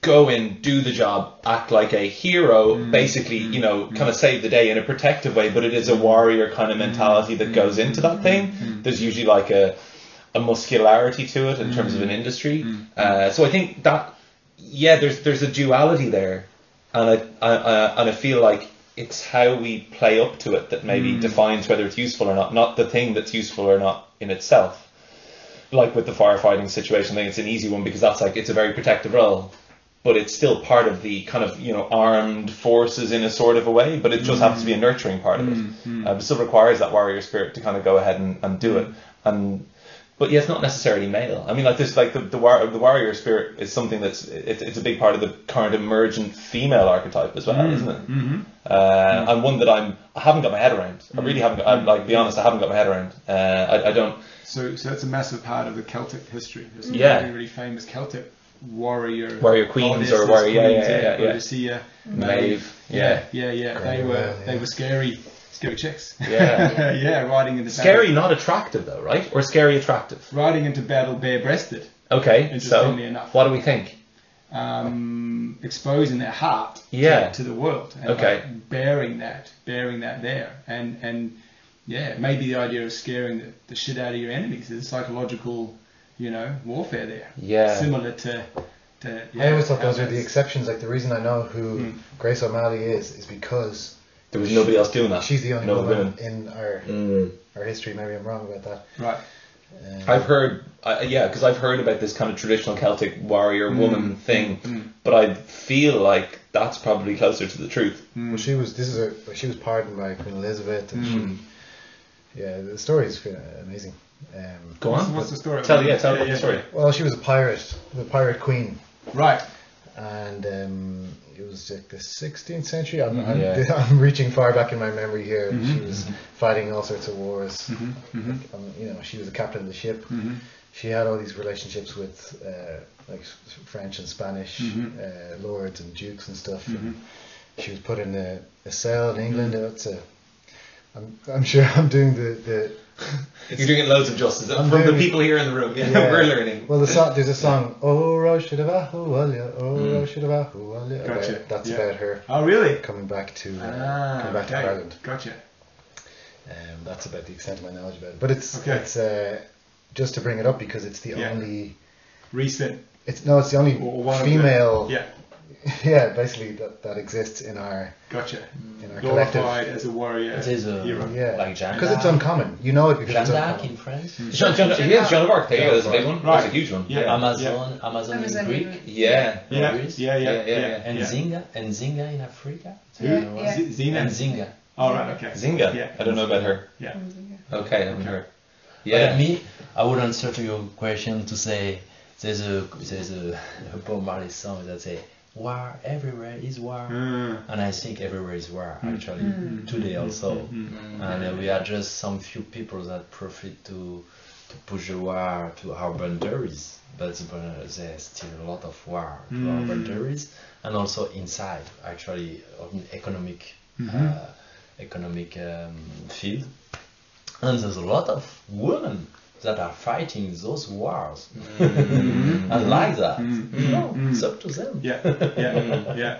S2: go in, do the job, act like a hero, basically, you know, kind of save the day in a protective way, but it is a warrior kind of mentality that goes into that thing. There's usually like a a muscularity to it in terms of an industry. Uh, so I think that yeah, there's there's a duality there, and I, I, I and I feel like it's how we play up to it that maybe defines whether it's useful or not, not the thing that's useful or not in itself. Like with the firefighting situation, I think it's an easy one because that's like it's a very protective role, but it's still part of the kind of you know armed forces in a sort of a way, but it just happens to be a nurturing part
S5: Hmm.
S2: of it.
S5: Mm,
S2: Uh, but still requires that warrior spirit to kind of go ahead and, and do it and but yeah, it's not necessarily male. I mean, like this, like the the, war, the warrior spirit is something that's it's, it's a big part of the current emergent female archetype as well, isn't it?
S5: hmm
S2: Uh, And one that I'm I haven't got my head around. I really haven't. Got, I'm, like be honest, I haven't got my head around. Uh, I, I don't.
S5: So so that's a massive part of the Celtic history. There's some
S2: Yeah.
S5: really, really famous Celtic warrior
S2: Warrior queens or
S5: goddesses,
S2: warrior- yeah,
S5: queens,
S2: yeah, yeah, yeah.
S5: Odysseia,
S2: Maeve,
S5: Yeah, yeah, yeah. They
S4: Yeah,
S5: were
S4: yeah.
S5: they were scary, scary chicks.
S2: Yeah.
S5: yeah, riding into
S2: Scary,
S5: battle,
S2: not attractive though, right? Or scary attractive?
S5: riding into battle bare-breasted,
S2: Okay, so
S5: Interestingly enough.
S2: what do we think?
S5: um, exposing their heart to-
S2: Yeah.
S5: to, the world. And
S2: Okay.
S5: like, bearing that, bearing that there, and and yeah, maybe the idea of scaring the, the shit out of your enemies. There's psychological, you know, warfare there,
S2: Yeah.
S5: similar to. to yeah,
S4: I always thought
S5: how
S4: those were the
S5: that's-
S4: exceptions. Like the reason I know who
S5: Hmm.
S4: Grace O'Malley is is because
S2: There was nobody else doing that.
S4: she's the only
S2: Ah, no
S4: woman in our
S2: women. Mm.
S4: our history. Maybe I'm wrong about that.
S2: Hmm.
S5: Right.
S4: Um,
S2: I've heard, uh, yeah, because I've heard about this kind of traditional Celtic warrior woman thing,
S5: mm.
S2: but I feel like that's probably closer to the truth.
S5: Mm.
S4: well, she was. This is a. She was pardoned by Queen Elizabeth, and
S5: Mm.
S4: she, yeah, the story is uh, amazing. Um,
S2: Go
S5: What's,
S2: on.
S5: what's the story?
S2: Tell yeah, tell the story.
S4: well, she was a pirate, the pirate queen,
S5: Right.
S4: and um, it was like the 16th century. I'm, I'm,
S2: Yeah.
S4: I'm reaching far back in my memory here. and She
S5: Mhm.
S4: was fighting all sorts of wars.
S2: Mm-hmm.
S5: hmm hmm
S4: Um, you know, she was the captain of the ship.
S5: hmm
S4: She had all these relationships with uh, like s- s- French and Spanish
S5: Mhm.
S4: uh, lords and dukes and stuff.
S2: Mm-hmm.
S5: Mhm.
S4: She was put in a, a cell in England. That's a. I'm, I'm sure I'm doing the, the
S2: You're doing it loads of justice
S4: I'm
S2: from the
S4: doing-
S2: people here in the room. Yeah,
S4: Yeah.
S2: we're learning.
S4: Well, the song, there's a song, Oh Roshadabahu Walia, Oh
S2: Mm.
S4: Roshadabahu Walia.
S5: Hmm. Gotcha.
S4: about- That's
S5: Yeah.
S4: about her
S5: Oh, really?
S4: coming back to uh,
S5: Ah,
S4: coming back
S5: okay.
S4: to Ireland.
S5: Gotcha.
S4: Um, that's about the extent of my knowledge about it. But it's
S5: Okay.
S4: it's uh, just to bring it up because it's the
S5: Yeah.
S4: only
S5: Recent.
S4: It's no, it's the only
S5: Or one of the-
S4: female.
S5: Yeah,
S4: yeah, basically that, that exists in our
S5: gotcha.
S4: in our
S5: Glorified
S4: Mm, collective.
S5: as a warrior.
S3: It is a
S5: hero.
S4: Yeah,
S3: like Jeanne
S4: because it's
S5: Ah.
S3: d'Arc.
S4: uncommon. You know it because
S3: Jeanne
S4: it's
S3: d'Arc in
S4: uncommon.
S3: France,
S5: Mm.
S2: Jean, Jean, he is Jean of Arc. There you go. That's a big one. That's a
S5: Right.
S2: huge one.
S5: Yeah.
S3: Amazon, Amazon in
S1: Amazon
S3: Greek,
S2: Um, Yeah.
S5: Yeah,
S3: Maurice.
S5: yeah, yeah,
S2: Yeah,
S5: yeah,
S2: yeah, yeah.
S5: yeah.
S3: and Zinga, and Zinga in Africa.
S1: Yeah,
S3: Zinga
S1: yeah.
S3: was-
S5: Z- Zena.
S3: And Zinga.
S5: All right, okay.
S2: Zinga.
S5: Yeah.
S2: I don't know about her.
S5: Yeah.
S2: Okay, I haven't heard.
S3: But
S2: Yeah.
S3: me, I would answer to your question to say there's a there's a, a Bob Marley song that say war everywhere is war,
S5: Mm.
S3: and I think everywhere is war actually
S5: Hmm.
S3: today also,
S2: Mm,
S3: and uh, we are just some few people that profit to to push the war to our boundaries, but uh, there's still a lot of war to our boundaries and also inside actually of economic
S5: Mm-hmm. Hmm.
S3: uh, economic um, field. And there's a lot of women that are fighting those wars.
S2: Mm. Hmm.
S5: Mm-hmm.
S3: I like that. No, it's up to them.
S5: Yeah, yeah, yeah,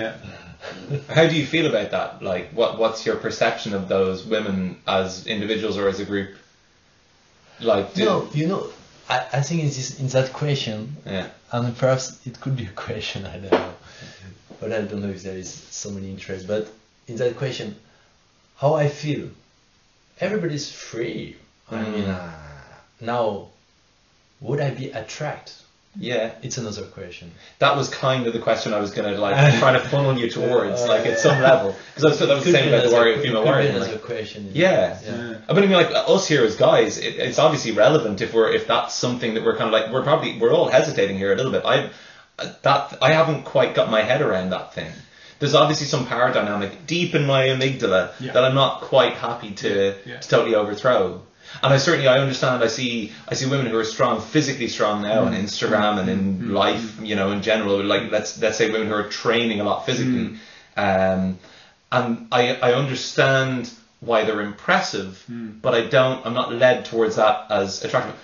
S5: yeah.
S2: How do you feel about that? Like, what what's your perception of those women as individuals or as a group? Like, do-
S3: No, you know, I, I think in, this, in that question,
S2: yeah,
S3: and perhaps it could be a question, I don't know, but I don't know if there is so many interest, but in that question, how I feel, everybody's free. I
S2: Mm.
S3: mean, uh, now, would I be attracted?
S2: yeah.
S3: It's another question.
S2: That was kind of the question I was gonna like try to funnel you towards, like at some level, because I was
S3: Uh, Could
S2: saying
S3: be
S2: about the
S3: another-
S2: warrior, female
S3: could be
S2: warrior.
S3: another
S2: Like,
S3: question.
S2: yeah.
S3: Yeah.
S2: But I mean, like us here as guys, it, it's obviously relevant if we're if that's something that we're kind of like we're probably we're all hesitating here a little bit. I that I haven't quite got my head around that thing. There's obviously some power dynamic deep in my amygdala
S5: Yeah.
S2: that I'm not quite happy to,
S5: Yeah.
S2: to totally overthrow. And I certainly I understand. I see I see women who are strong, physically strong now on Instagram and in life, you know, in general. Like let's let's say women who are training a lot physically. Um, and I, I understand why they're impressive, but I don't. I'm not led towards that as attractive.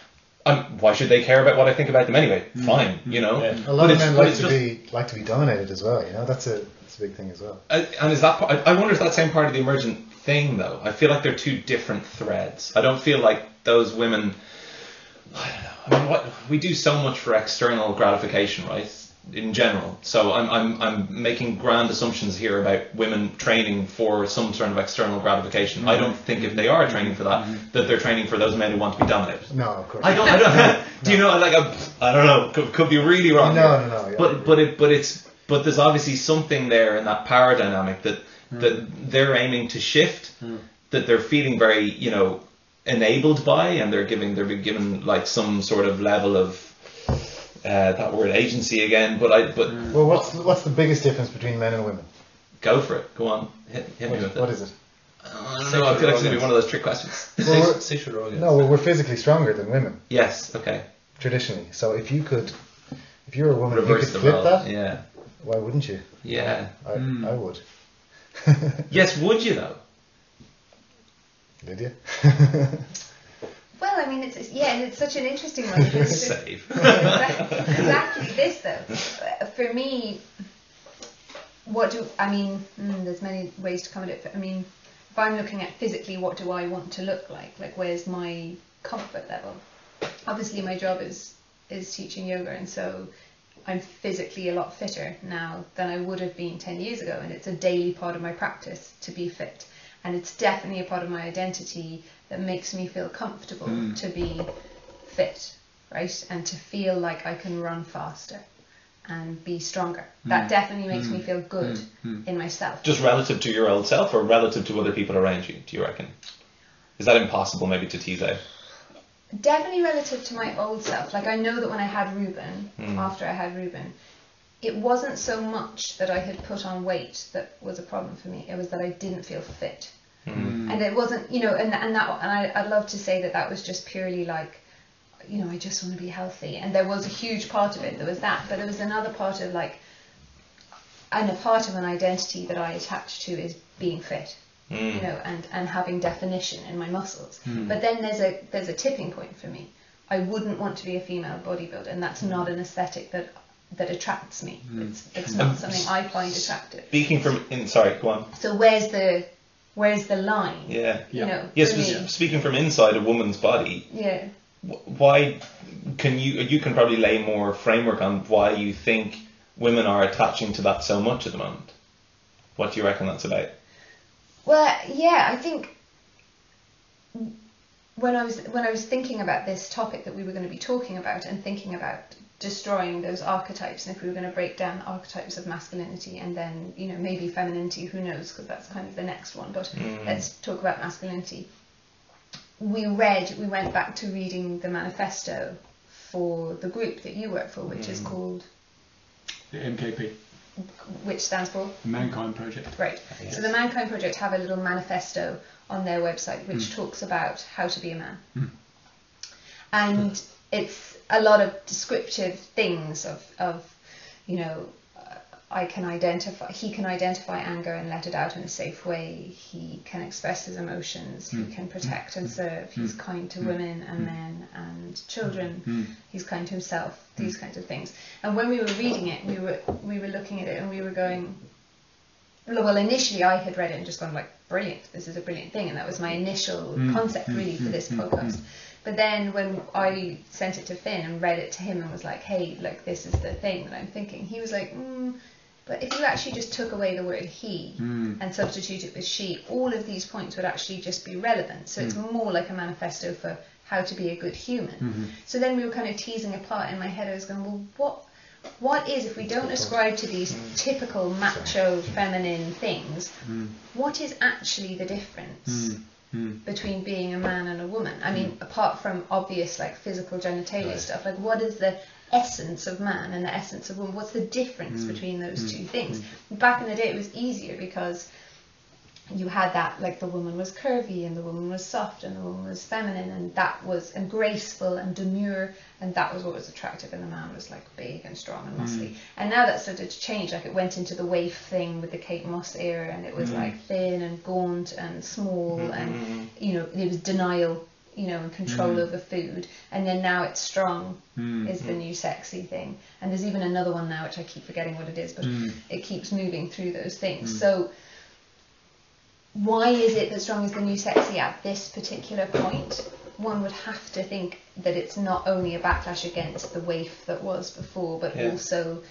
S2: I'm, why should they care about what I think about them anyway? Fine, you know.
S3: Yeah.
S4: A lot
S2: But
S4: of
S2: it's-
S4: men
S2: but
S4: like
S2: it's
S4: to
S2: just-
S4: be like to be dominated as well. You know that's a that's a big thing as well.
S2: Uh, and is that? part- I I wonder if that's same part of the emergent thing though. I feel like they're two different threads. I don't feel like those women. I don't know. I mean, what we do so much for external gratification, right? In general, so I'm I'm I'm making grand assumptions here about women training for some sort of external gratification. I don't think if they are training for that, that they're training for those men who want to be dominated.
S4: No, of course.
S2: I don't. I don't. do you know? Like I'm, I don't know. Could, could be really wrong.
S4: No,
S2: here.
S4: no, no, yeah.
S2: But but it but it's but there's obviously something there in that power dynamic that
S4: Hmm.
S2: that they're aiming to shift. That they're feeling very you know enabled by, and they're giving they're being given like some sort of level of uh, that word agency again. But I
S5: Hmm.
S2: but
S4: Well, what's what's the biggest difference between men and women?
S2: go for it. Go on. Hit, hit me
S4: What,
S2: with
S4: what
S2: it.
S4: is it?
S2: I don't know. I feel like it's gonna be one of those trick questions.
S4: Well,
S3: Sex-
S4: we're-
S3: sexual organs.
S4: no, well, we're physically stronger than women
S2: yes. Okay.
S4: traditionally. So if you could, if you're a woman, if you could
S2: Reverse the
S4: flip
S2: role.
S4: that.
S2: Yeah. Hmm.
S4: Why wouldn't you?
S2: Yeah.
S4: I, I would.
S2: Yes. Would you though?
S4: Did you?
S1: Well, I mean, it's, it's yeah, it's such an interesting one. because it's-
S2: Save.
S1: exactly, exactly this though. Uh, For me, what do I mean? Mm, there's many ways to come at it. But I mean, if I'm looking at physically, what do I want to look like? Like, where's my comfort level? Obviously, my job is is teaching yoga, and so I'm physically a lot fitter now than I would have been ten years ago, and it's a daily part of my practice to be fit. And it's definitely a part of my identity that makes me feel comfortable to be fit, right? And to feel like I can run faster and be stronger. That definitely makes me
S5: Hmm.
S1: feel good
S5: Mm.
S1: in myself.
S2: just relative to your old self or relative to other people around you do you reckon is that impossible maybe to tease out
S1: definitely relative to my old self. Like I know that when I had Ruben, after I had Ruben, it wasn't so much that I had put on weight that was a problem for me. It was that I didn't feel fit,
S2: Hmm.
S5: Mm. Hmm.
S1: and it wasn't, you know, and and that and I, I'd love to say that that was just purely like. You know, I just want to be healthy, and there was a huge part of it. There was that, but there was another part of like, and a part of an identity that I attached to is being fit
S2: Hmm. Mm.
S1: you know, and, and having definition in my muscles.
S5: Hmm.
S1: But then there's a there's a tipping point for me. I wouldn't want to be a female bodybuilder, and that's not an aesthetic that that attracts me. It's it's not something I find attractive.
S2: Mm. Um, speaking from in sorry go on
S1: So where's the where's the line?
S2: yeah
S1: You know,
S2: yes
S1: for
S2: but
S1: me.
S2: speaking from inside a woman's body
S1: Yeah.
S2: wh- why can you you can probably lay more framework on why you think women are attaching to that so much at the moment. What do you reckon that's about?
S1: Well, yeah, I think when I was when I was thinking about this topic that we were going to be talking about and thinking about destroying those archetypes and if we were going to break down archetypes of masculinity and then you know maybe femininity who knows because that's kind of the next one but
S2: Hmm.
S1: let's talk about masculinity we read we went back to reading the manifesto for the group that you work for which
S2: Hmm.
S1: is called
S5: The MKP,
S1: which stands for
S5: the Mankind Project.
S1: Right. So the Mankind Project have a little manifesto on their website which talks about how to be a man. And it's a lot of descriptive things of, of you know, uh, I can identify, he can identify anger and let it out in a safe way. He can express his emotions. He can protect and serve. He's kind to women and men and children.
S5: Hmm.
S1: He's kind to himself. These kinds of things. And when we were reading it, we were we were looking at it and we were going, well, well, initially I had read it and just gone like, brilliant, this is a brilliant thing, and that was my initial concept really for this podcast. But then when I sent it to Finn and read it to him and was like, hey, look, this is the thing that I'm thinking, he was like, mm, but if you actually just took away the word he
S5: Hmm.
S1: and substitute it with she, all of these points would actually just be relevant. So it's more like a manifesto for how to be a good human.
S5: Hmm.
S1: So then we were kind of teasing apart in my head. I was going, well, what what is if we don't ascribe to these typical macho feminine things
S5: Hmm.
S1: what is actually the
S5: Mm.
S1: difference between being a man and a woman i mean apart from obvious like physical genitalia stuff like what is the essence of man and the essence of woman what's the difference between those two
S5: Hmm.
S1: things back in the day it was easier because you had that like the woman was curvy and the woman was soft and the woman was feminine and that was and graceful and demure and that was what was attractive and the man was like big and strong and muscly and now that started to change like it went into the waif thing with the Kate Moss era and it was like thin and gaunt and small
S2: Hmm. Mm-hmm.
S1: and you know it was denial you know and control over food and then now it's strong
S5: Hmm.
S1: is the new sexy thing and there's even another one now which I keep forgetting what it is but
S5: Hmm.
S1: it keeps moving through those things
S2: Hmm.
S1: so why is it that strong is the new sexy at this particular point? One would have to think that it's not only a backlash against the waif that was before, but
S2: Yeah.
S1: also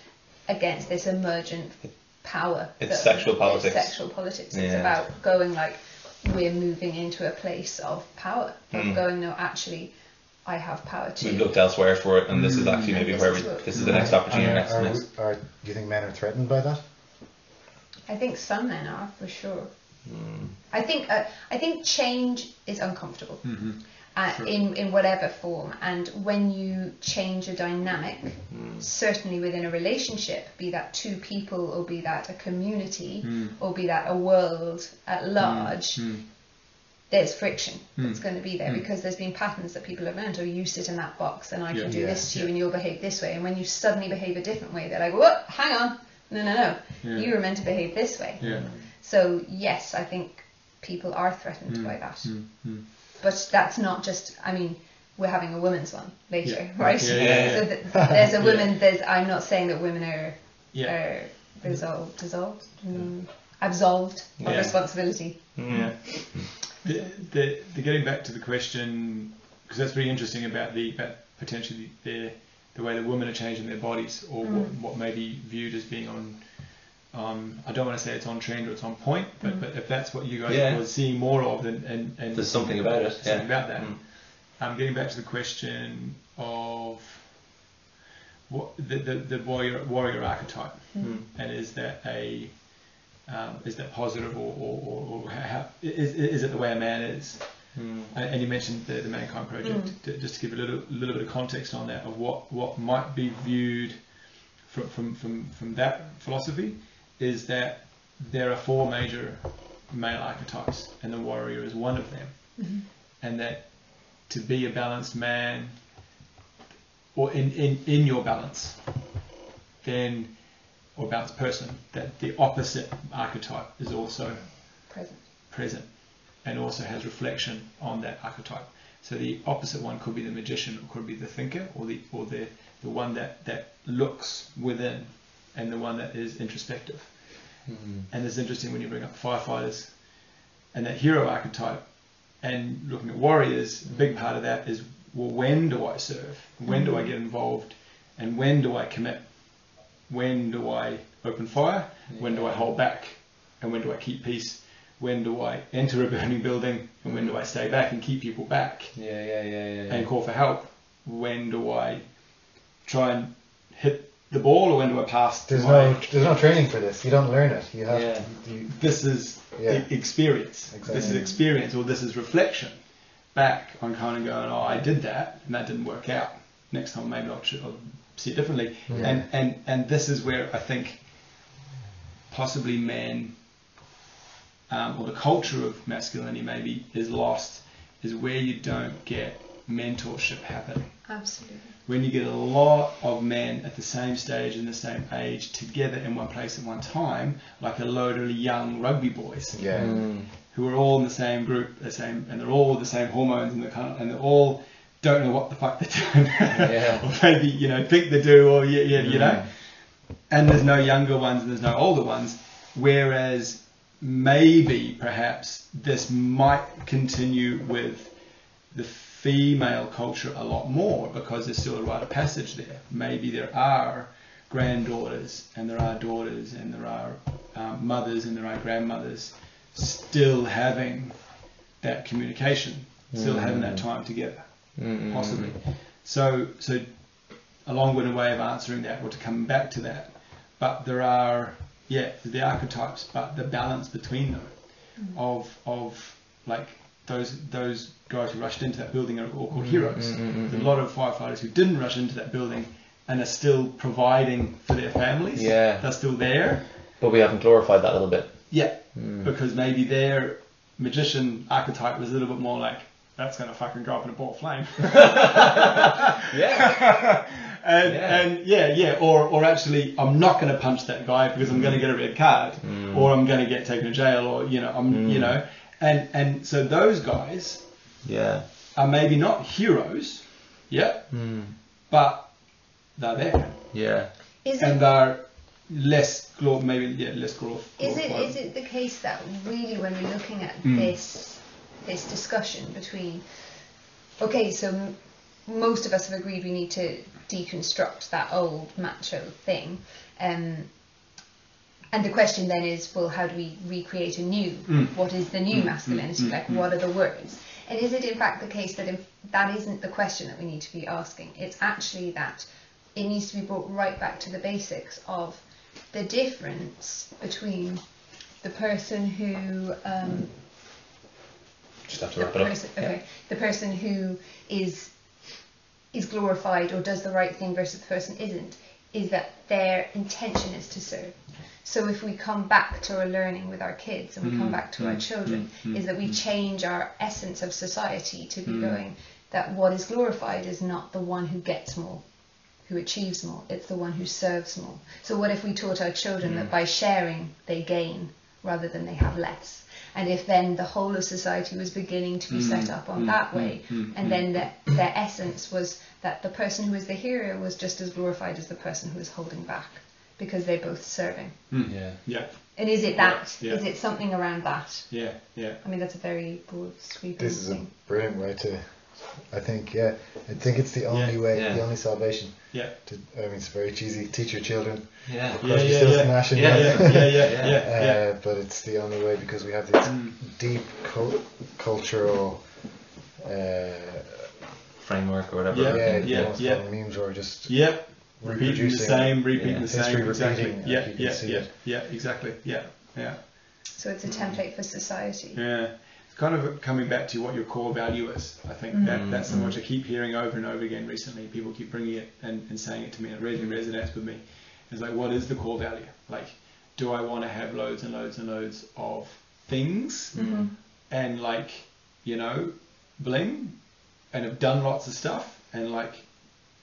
S1: against this emergent power.
S2: It's
S1: that-
S2: sexual
S1: it's
S2: politics.
S1: sexual politics. It's
S2: Yeah.
S1: about going like we're moving into a place of power. Of
S2: Mm.
S1: going no, actually, I have power too.
S2: We've looked elsewhere for it, and this
S5: Hmm.
S2: is actually
S1: Mm.
S2: maybe
S1: This
S2: where we,
S1: is what-
S2: this is the next opportunity.
S4: Are-
S2: next,
S4: are
S2: next.
S4: we- are- do you think men are threatened by that?
S1: I think some men are for sure.
S2: Hmm.
S1: I think uh, I think change is uncomfortable
S5: Hmm.
S1: uh, in in whatever form, and when you change a dynamic,
S2: Hmm.
S1: certainly within a relationship, be that two people or be that a community
S5: Hmm. Mm.
S1: or be that a world at large. There's friction
S5: Mm. Hmm.
S1: that's going to be there because there's been patterns that people have learned. Oh, you sit in that box, and I
S5: Yeah.
S1: can do
S4: Yeah,
S1: this to you,
S5: yeah.
S1: and you'll behave this way. And when you suddenly behave a different way, they're like, "What? Hang on, no, no, no.
S5: Yeah.
S1: You were meant to behave this way."
S5: Yeah.
S1: So yes, I think people are threatened
S5: Mm.
S1: by that.
S5: Hmm.
S1: But that's not just. I mean, we're having a women's one later,
S5: Yeah.
S1: right?
S5: Yeah, yeah, yeah.
S1: So th- there's a women. There's. I'm not saying that women are are resolved, dissolved, mm, absolved of
S2: Yeah.
S1: responsibility.
S2: Hmm.
S5: Yeah. The, the, the getting back to the question, because that's really interesting about the about potentially the, the way the women are changing their bodies, or what, what may be viewed as being on. Um, I don't want to say it's on trend or it's on point, but, but if that's what you guys
S2: Yeah.
S5: were seeing more of, then and, and
S2: There's something about it,
S5: Something
S2: yeah.
S5: about that.
S2: Mm.
S5: Um, getting back to the question of what the, the, the warrior warrior archetype,
S2: Mm.
S5: and is that a um, is that positive or, or, or, or how, is, is it the way a man is?
S3: Hmm.
S2: Mm.
S5: And- And you mentioned the, the Mankind Project, d- just to give a little little bit of context on that, of what, what might be viewed from, from, from, from that philosophy is that there are four major male archetypes, and the warrior is one of them.
S1: Mm-hmm.
S5: And that to be a balanced man, or in, in, in your balance, then, or balanced person, that the opposite archetype is also
S1: Present.
S5: present and also has reflection on that archetype. So the opposite one could be the magician, or could be the thinker, or the or the, the one that, that looks within and the one that is introspective.
S3: Mm.
S5: And it's interesting when you bring up firefighters and that hero archetype and looking at warriors, a big part of that is well, when do I serve? When do I get involved? And when do I commit? When do I open fire? When do I hold back? And when do I keep peace? When do I enter a burning building? And when do I stay back and keep people back
S3: Yeah, yeah, yeah, yeah.
S5: and call for help? When do I try and hit the ball or when do I pass? to
S4: There's
S5: my-
S4: no there's no training for this. You don't learn it. You have
S3: Yeah.
S4: to. You,
S5: this is
S4: Yeah.
S5: e- experience. This is
S4: Exactly.
S5: experience, or this is reflection back on kind of going, oh, I did that and that didn't work out. Next time, maybe I'll, ch- I'll see it differently.
S4: Yeah.
S5: And, and and this is where I think possibly men um, or the culture of masculinity maybe is lost, is where you don't get mentorship happening
S1: Absolutely.
S5: when you get a lot of men at the same stage and the same age together in one place at one time, like a load of young rugby boys
S4: yeah.
S3: Hmm.
S2: Mm.
S5: who are all in the same group, the same, and they're all the same hormones, and they're kind of, and they're all don't know what the fuck they're doing,
S3: Yeah.
S5: or maybe you know think they do, or yeah,
S3: Hmm.
S5: yeah,
S2: Mm.
S5: you know, and there's no younger ones and there's no older ones, whereas maybe perhaps this might continue with the female culture a lot more because there's still a rite of passage there. Maybe there are granddaughters and there are daughters and there are um, mothers and there are grandmothers still having that communication, still having that time together,
S3: Hmm,
S2: Mm.
S5: possibly. So, so a long-winded way of answering that, or to come back to that, but there are yeah the archetypes, but the balance between them of of like those those guys who rushed into that building are
S3: hmm,
S5: all called heroes.
S2: Mm-hmm.
S5: There's a lot of firefighters who didn't rush into that building and are still providing for their families.
S2: Yeah.
S5: they're still there.
S2: But we haven't glorified that a little bit.
S5: Yeah,
S3: Hmm.
S5: because maybe their magician archetype was a little bit more like that's gonna fucking go up in a ball of flame.
S2: Yeah. Yeah.
S5: and yeah. and yeah, yeah, or or actually, I'm not going to punch that guy because I'm going to get a red card, or I'm going to get taken to jail, or you know, I'm you know, and and so those guys
S2: yeah.
S5: are maybe not heroes, yeah,
S3: Hmm.
S2: Mm.
S5: but they're there
S2: Yeah.
S1: Is
S5: and
S1: it
S5: they're less glor, maybe yeah, less glor.
S1: is it
S5: glorified.
S1: is it the case that really when we're looking at
S5: Mm.
S1: this this discussion between okay, so m- most of us have agreed we need to deconstruct that old macho thing. Um, and the question then is, well, how do we recreate a new?
S5: Mm.
S1: What is the new masculinity?
S5: mm,
S1: like,
S5: mm.
S1: what are the words? And is it in fact the case that if that isn't the question that we need to be asking? It's actually that it needs to be brought right back to the basics of the difference between the person who um,
S2: Just have to
S1: the
S2: wrap it up.
S1: person, okay, the person who is is glorified or does the right thing versus the person isn't is that their intention is to serve. So if we come back to our learning with our kids and we come back to our children, is that we change our essence of society to be going that what is glorified is not the one who gets more, who achieves more, it's the one who serves more. So what if we taught our children
S5: Mm.
S1: that by sharing they gain rather than they have less? And if then the whole of society was beginning to be
S5: Mm.
S1: set up on that way, and then their, their essence was that the person who was the hero was just as glorified as the person who was holding back because they're both serving.
S3: yeah.
S5: Mm. Yeah,
S1: And is it that? Is
S5: Yeah, yeah.
S1: it something around that?
S5: yeah, yeah.
S1: I mean, that's a very broad, sweeping
S4: This is a
S1: thing.
S4: brilliant way to. I think yeah. I think it's the only
S5: Yeah,
S4: way,
S2: yeah.
S4: the only salvation.
S5: Yeah.
S4: To, I mean, it's very cheesy. Teach your children.
S2: Yeah.
S4: course, you're still smashing
S5: yeah,
S4: that.
S5: yeah, yeah, yeah, yeah,
S4: Uh,
S5: yeah.
S4: But it's the only way because we have these
S5: Mm.
S4: deep cul- cultural. Uh,
S2: Framework or whatever.
S5: Yeah,
S4: yeah,
S5: yeah,
S4: almost
S5: yeah.
S4: called memes or just
S5: yeah. repeating the
S4: reproducing.
S5: same, repeating
S2: Yeah.
S5: the
S4: History
S5: same,
S4: repeating,
S5: exactly.
S4: like
S5: Yeah,
S4: you can
S5: yeah,
S4: see
S5: yeah,
S4: it.
S5: yeah, exactly. Yeah, yeah,
S1: So it's a template for society.
S5: yeah. It's kind of coming back to what your core value is. I think that that's something
S4: Mm-hmm.
S5: which I keep hearing over and over again recently. People keep bringing it and, and saying it to me, and it really resonates with me. It's like, what is the core value? Like, do I want to have loads and loads and loads of things
S1: Mhm.
S5: and like, you know, bling and have done lots
S2: Mm.
S5: of stuff and like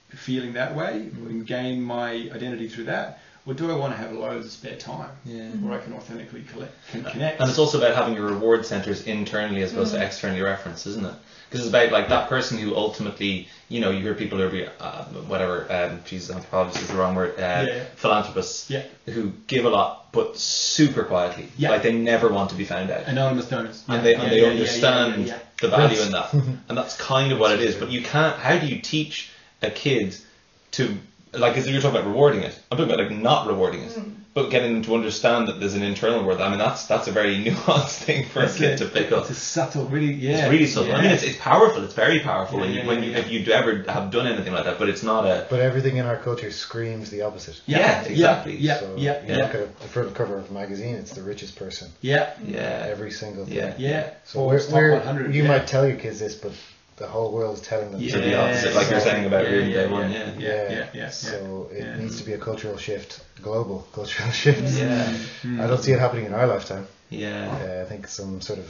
S5: feeling that way and gain my identity through that? well, do I want to have loads of spare time
S3: Yeah.
S1: Mm-hmm.
S5: where I can authentically collect, can connect?
S2: And it's also about having your reward centers internally as opposed
S5: Mm-hmm.
S2: to externally referenced, isn't it? Because it's about like that person who ultimately, you know, you hear people who are uh, whatever, um, Jesus, anthropologist is the wrong word, uh,
S5: Yeah.
S2: philanthropists
S5: Yeah.
S2: who give a lot but super quietly,
S5: Yeah.
S2: like they never want to be found out,
S5: Anonymous donors. Yeah,
S2: and they
S5: yeah,
S2: and they
S5: yeah, yeah, yeah,
S2: understand
S5: yeah, yeah.
S2: the value in that, and that's kind of what it is. But you can't. How do you teach a kid to like? Because you're talking about rewarding it. I'm talking about like not rewarding it.
S1: Mm.
S2: But getting them to understand that there's an internal reward. I mean, that's that's a very nuanced thing for
S5: That's
S2: a kid
S5: it.
S2: to pick up.
S5: It's a subtle, really, yeah.
S2: It's really subtle. I mean,
S5: yeah.
S2: it's, it's powerful. It's very powerful when
S5: Yeah,
S2: you
S5: yeah,
S2: when
S5: yeah,
S2: you,
S5: yeah.
S2: if you ever have done anything like that. But it's not a
S4: But everything in our culture screams the opposite.
S2: Yeah, exactly.
S5: Yeah,
S4: so
S5: yeah,
S4: you
S5: yeah,
S4: look at the front cover of a magazine, it's the richest person.
S5: yeah,
S2: yeah
S4: Every single thing.
S2: yeah.
S5: yeah.
S4: So
S5: Or
S4: we're,
S5: it's top
S4: we're-
S5: 100,
S4: you
S5: yeah.
S4: might tell your kids this, but the whole world is telling them.
S5: Yeah.
S2: So the opposite, like you're saying about
S5: Yeah,
S2: Room Day
S5: yeah,
S2: One.
S5: yeah,
S2: Yeah.
S5: yeah, yeah, yeah.
S4: So it
S5: yeah.
S4: needs to be a cultural shift, global cultural shift.
S2: Yeah.
S4: I don't see it happening in our lifetime.
S2: Yeah.
S4: Uh, I think some sort of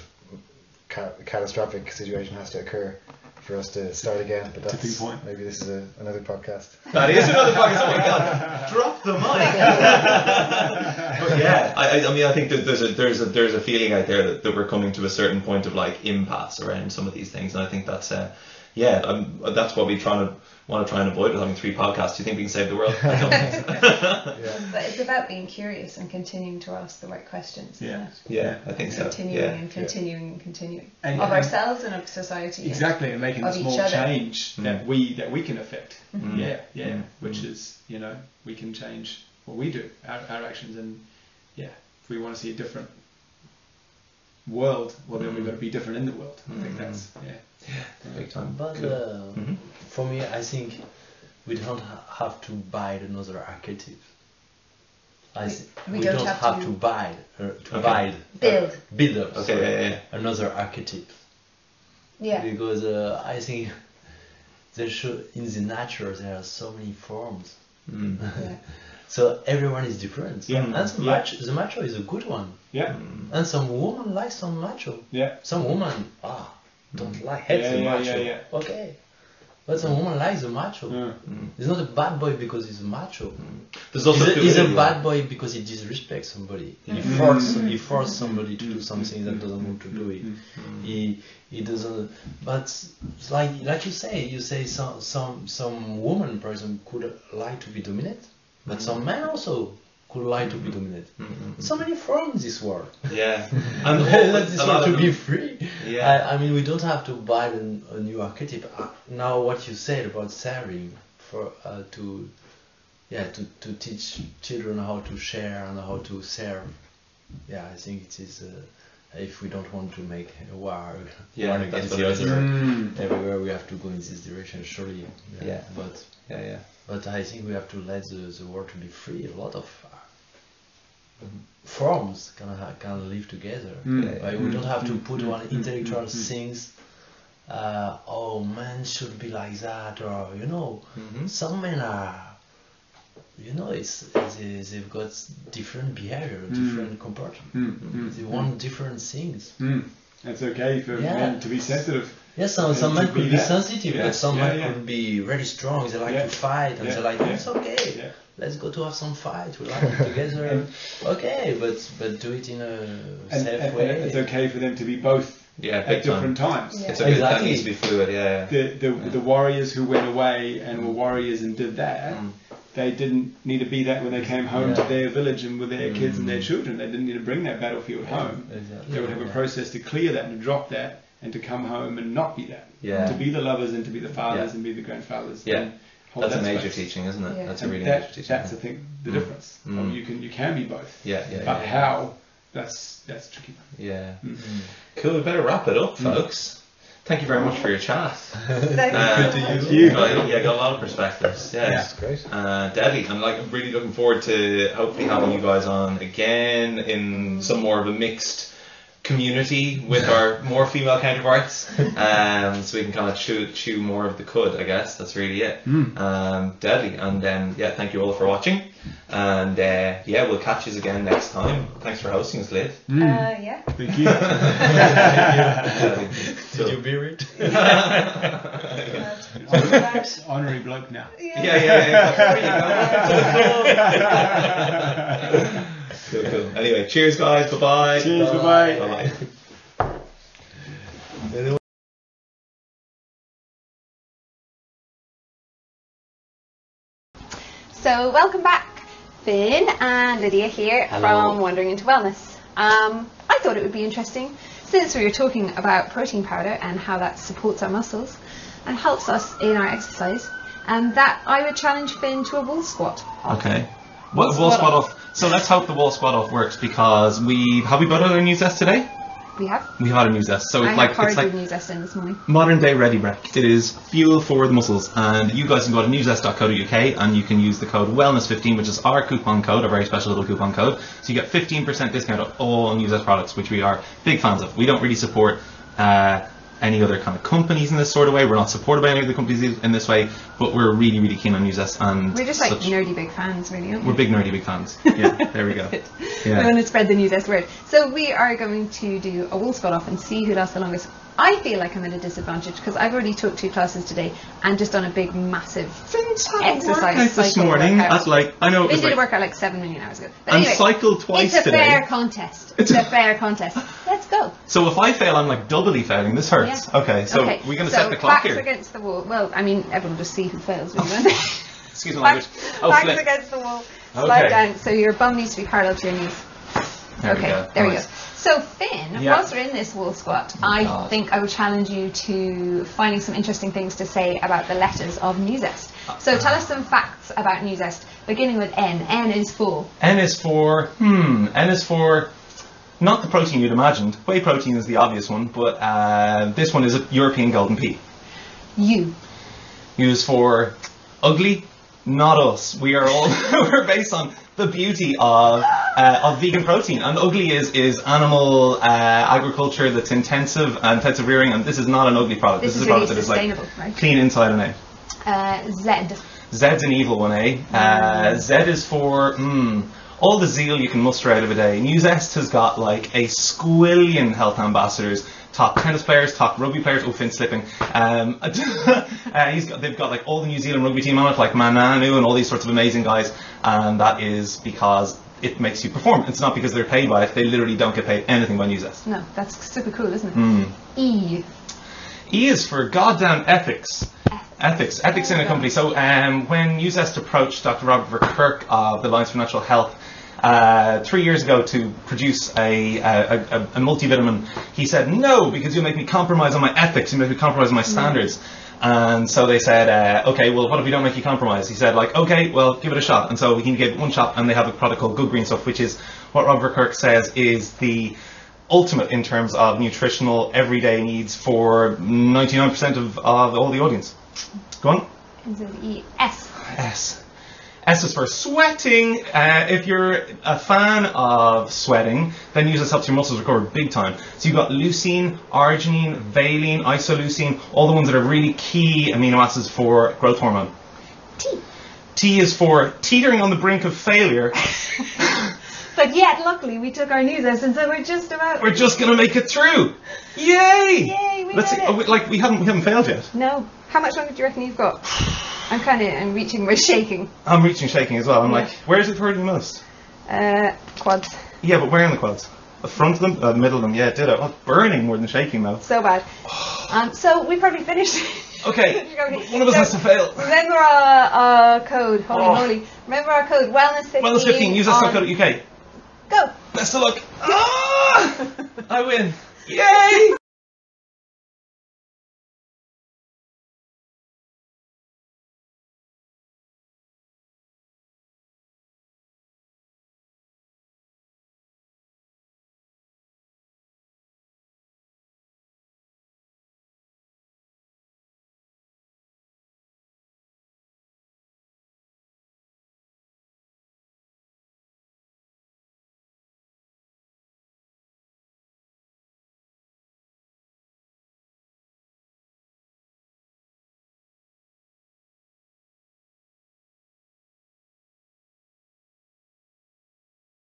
S4: ca- catastrophic situation has to occur for us to start again. But
S5: Tipping
S4: that's
S5: point.
S4: maybe this is a, another podcast.
S2: That is another podcast. Oh my god! Drop the mic. but yeah, I, I- I mean, I think that there's a there's a there's a feeling out there that, that we're coming to a certain point of like impasse around some of these things, and I think that's uh, yeah, um, that's what we trying to want to try and avoid with having three podcasts. Do you think we can save the world? I don't think so.
S4: Yeah.
S1: But it's about being curious and continuing to ask the right questions. isn't
S5: Yeah.
S1: it?
S2: yeah, I think so.
S1: Continuing
S2: Yeah.
S1: and continuing and continuing
S5: And-
S1: of
S5: and-
S1: ourselves and of society.
S5: Exactly, and making a
S1: Of
S5: small
S1: each other.
S5: change that we that we can affect.
S1: Mm-hmm.
S2: Mm.
S5: Yeah, yeah.
S2: Mm.
S5: Which is, you know, we can change what we do, our, our actions, and yeah, if we want to see a different world, well, then we've got to be different in the world. I think
S2: Mm.
S5: that's yeah.
S2: Big time.
S3: But
S2: Cool.
S3: uh,
S2: Mhm.
S3: for me, I think we don't ha- have to buy another archetype. I thi-
S1: We- we don't have
S3: have
S1: to-
S3: to buy uh, to
S2: Okay.
S3: buy
S1: Build.
S3: build up
S2: Okay,
S3: sorry,
S2: yeah, yeah,
S3: another archetype
S1: Yeah.
S3: because uh, I think there should in the nature there are so many forms.
S2: Mm.
S1: yeah.
S3: So everyone is different.
S5: Yeah.
S3: And the
S5: Yeah. Mm.
S3: macho, the macho is a good one.
S5: Yeah,
S3: And some woman likes some macho.
S5: yeah,
S3: Some woman ah don't like
S5: Mm. yeah,
S3: hate the
S5: yeah,
S3: macho.
S5: yeah, yeah.
S3: Okay. But some woman likes the macho.
S5: Yeah.
S2: Mm.
S3: He's not a bad boy because he's a macho.
S2: There's
S3: He's
S2: also
S3: a, he's a
S2: fluidity.
S3: bad boy because he disrespects somebody. He
S5: Mhm.
S3: force
S5: Mhm.
S3: he force somebody
S2: Mm.
S3: to do something that doesn't want to do it.
S5: Mm.
S2: Mm-hmm.
S3: He he doesn't. But it's like like you say, you say some some some woman person could like to be dominant, but some men also could like to be dominant.
S2: Mm.
S3: So many forms this world.
S2: Yeah, and the whole,
S3: Let this
S2: a lot
S3: world to uh,
S2: of
S3: be
S2: them-
S3: free.
S2: yeah.
S3: I, I mean, we don't have to buy the, a new archetype. Uh, Now, what you said about sharing for uh, to, yeah, to, to teach children how to share and how to serve. Yeah, I think it is. Uh, if we don't want to make a war,
S2: Yeah,
S3: one
S2: that's
S3: against
S2: what
S3: the
S2: I was
S3: other,
S2: thinking.
S5: Mm.
S3: everywhere we have to go in this direction, surely. Yeah.
S2: Yeah.
S3: But
S2: yeah, yeah.
S3: but I think we have to let the, the world to be free. A lot of uh,
S2: Mhm.
S3: forms can ha- can live together.
S5: Mm.
S3: Like, we don't have to put
S5: Mm.
S3: on intellectual
S5: Mm. Mm.
S3: things. Uh, oh, men should be like that, or you know,
S5: Hmm?
S2: Mhm.
S3: some men are. You know, it's they, they've got different behavior,
S5: Hmm.
S3: different comportment.
S5: Mm, mm,
S3: They want different things.
S5: mm. It's okay for
S3: Yeah.
S5: men to be sensitive.
S3: Yes, some,
S5: And
S3: some
S5: to
S3: men could
S5: be
S3: be
S5: that-
S3: sensitive,
S5: yeah,
S3: but some
S5: yeah,
S3: men
S5: yeah.
S3: could be very strong. They like
S5: Yeah.
S3: to fight, and
S5: Yeah,
S3: they're like,
S5: yeah.
S3: it's okay.
S5: Yeah.
S3: Let's go to have some fight. We like it together. okay, but but do it in a
S5: And,
S3: safe
S5: and- and
S3: way.
S5: it's okay for them to be both
S2: Yeah,
S5: at
S2: big time.
S5: different times.
S1: Yeah.
S2: It's a good that
S3: Exactly.
S2: needs to be fluid, yeah. yeah.
S5: the the, the warriors who went away and were warriors and did that,
S2: Mm.
S5: they didn't need to be that when they came home to
S3: Yeah.
S5: their village and with their kids and their
S3: Mm.
S5: children. They didn't need to bring that battlefield home.
S3: Exactly.
S5: They would have a
S3: Yeah.
S5: process to clear that and to drop that and to come home and not be that.
S2: Yeah.
S5: To be the lovers and to be the fathers
S2: Yeah.
S5: and be the grandfathers.
S2: Yeah.
S5: and hold
S2: That's a
S5: that
S2: major
S5: space.
S2: teaching, isn't it?
S1: Yeah.
S2: That's a
S5: And
S2: really
S5: that-
S2: major teaching.
S5: That's I think the
S2: Mm.
S5: difference. Of
S2: Mm.
S5: You can you can be both,
S2: yeah, yeah,
S5: but
S2: yeah.
S5: how? That's that's tricky.
S2: Yeah.
S5: Mm.
S2: Cool, we better wrap it up, folks. Thank you very much for your chat.
S1: Thank
S2: Mm.
S1: you.
S2: Good to
S5: Thank you.
S2: Got, yeah, got a lot of perspectives. Yeah.
S4: That's great.
S2: Uh, Deadly. I'm like really looking forward to hopefully having you guys on again in some more of a mixed community with our more female counterparts, um, so we can kind of chew chew more of the cud. I guess that's really it.
S5: Mm.
S2: Um, deadly. And um, yeah, thank you all for watching. And uh, yeah, we'll catch you again next time. Thanks for hosting us, Liv.
S5: Mm.
S1: Uh, yeah.
S5: Thank you.
S2: Deadly.
S3: Did you
S2: So-
S3: beer it?
S1: Uh,
S5: Honorary bloke now.
S2: yeah, yeah, yeah. There you go. So cool. Anyway, cheers, guys. Bye-bye.
S5: Cheers,
S2: bye.
S5: bye-bye.
S2: Bye-bye.
S1: So welcome back, Finn and Lydia here
S2: Hello.
S1: from Wandering into Wellness. Um, I thought it would be interesting since we were talking about protein powder and how that supports our muscles and helps us in our exercise, and that I would challenge Finn to a wall squat.
S2: Okay. What wall squat off? So let's hope the wall squat off works because we have we got other news desk today.
S1: We have.
S2: We had a news desk,
S1: I
S2: so it's
S1: had
S2: like it's
S1: porridge
S2: like
S1: with news in this morning.
S2: modern day ready rack. It is fuel for the muscles, and you guys can go to newsdesk.co.uk and you can use the code wellness15, which is our coupon code, a very special little coupon code. So you get 15% discount on all newsdesk products, which we are big fans of. We don't really support. Uh, any other kind of companies in this sort of way? We're not supported by any of the companies in this way, but we're really, really keen on NewsDesk and
S1: We're just like
S2: such-
S1: nerdy big fans, really, aren't we?
S2: We're big nerdy big fans. Yeah, there we go.
S1: We
S2: Yeah.
S1: want to spread the news as word. So we are going to do a wall squat off and see who lasts the longest. I feel like I'm at a disadvantage because I've already talked two classes today and just done a big, massive.
S2: Since I
S1: Exercise
S2: worked out this
S1: cycle
S2: morning,
S1: workout.
S2: at like I know it
S1: They
S2: was
S1: did
S2: like,
S1: a workout like seven million hours ago. But
S2: and
S1: anyway,
S2: cycled twice
S1: it's a
S2: today.
S1: fair contest. It's a fair contest. Let's go.
S2: So if I fail, I'm like doubly failing. This hurts.
S1: Yeah.
S2: Okay, so
S1: okay.
S2: we're gonna
S1: so
S2: set the clock
S1: backs
S2: here.
S1: against the wall. Well, I mean, everyone just see who fails, really, won't they?
S2: Excuse my language.
S1: Backs,
S2: Oh,
S1: backs
S2: flip.
S1: against the wall. Slide
S2: Okay.
S1: down. So your bum needs to be parallel to your knees.
S2: There we
S1: okay,
S2: go.
S1: there we
S2: Nice.
S1: go. So Finn,
S2: Yeah. Oh
S1: whilst we're in this wall squat, I
S2: God.
S1: think I would challenge you to finding some interesting things to say about the letters of Newzest.
S2: Uh-huh.
S1: So tell us some facts about Newzest, beginning with N. N is for.
S2: N is for hmm. N is for not the protein you'd imagined. Whey protein is the obvious one, but uh, this one is a European golden pea.
S1: U.
S2: U is for ugly. Not us. We are all we're based on the beauty of uh, of vegan protein. And ugly is is animal uh, agriculture that's intensive and intensive rearing. And this is not an ugly product.
S1: This
S2: This,
S1: is
S2: a product
S1: really
S2: that is like
S1: sustainable, right?
S2: clean inside and out.
S1: Uh, Z.
S2: Zed's an evil one, eh? Uh, Zed is for mm, all the zeal you can muster out of a day. New Zest has got like a squillion health ambassadors, top tennis players, top rugby players. Oh, Finn's slipping. Um, uh, he's got, they've got like all the New Zealand rugby team on it, like Mananu and all these sorts of amazing guys. And that is because it makes you perform. It's not because they're paid by it. They literally don't get paid anything by New Zest.
S1: No, that's super cool, isn't it?
S2: Mm.
S1: E.
S2: E is for goddamn ethics. Ethics, ethics in a company. So um, when UZest approached Dr. Robert Verkirk of the Alliance for Natural Health uh, three years ago to produce a, a, a, a multivitamin, he said no because you make me compromise on my ethics, you make me compromise on my standards. And so they said, uh, okay, well, what if we don't make you compromise? He said, like, okay, well, give it a shot. And so he gave it one shot, and they have a product called Good Green Stuff, which is what Robert Verkirk says is the ultimate in terms of nutritional everyday needs for 99% of, of all the audience. Go on.
S1: Ends with E. S.
S2: S. S is for sweating. Uh, if you're a fan of sweating, then use this helps your muscles recover big time. So you've got leucine, arginine, valine, isoleucine, all the ones that are really key amino acids for growth hormone.
S1: T.
S2: T is for teetering on the brink of failure.
S1: But yet, luckily, we took our Newzest, and so we're just about.
S2: We're just gonna make it through. Yay!
S1: Yay, we
S2: Let's
S1: did
S2: see.
S1: it.
S2: oh, we- like we haven't we haven't failed yet.
S1: no. How much longer do you reckon you've got? I'm kind of. I'm reaching. We're shaking.
S2: I'm reaching shaking as well. I'm
S1: Yeah.
S2: like, where is it hurting most?
S1: Uh, quads.
S2: Yeah, but where in the quads? The front of them? Uh, middle of them? Yeah, did it. Oh, burning more than shaking though.
S1: So bad. Um, so we probably finished.
S2: Okay,
S1: You're going-
S2: one of us
S1: so
S2: has to fail.
S1: Remember our, our code. Holy
S2: Oh.
S1: moly. Remember our code. Wellness 15.
S2: Wellness 15, use
S1: on-
S2: us.co.uk.
S1: Go.
S2: Best of luck. Ah! I win. Yay!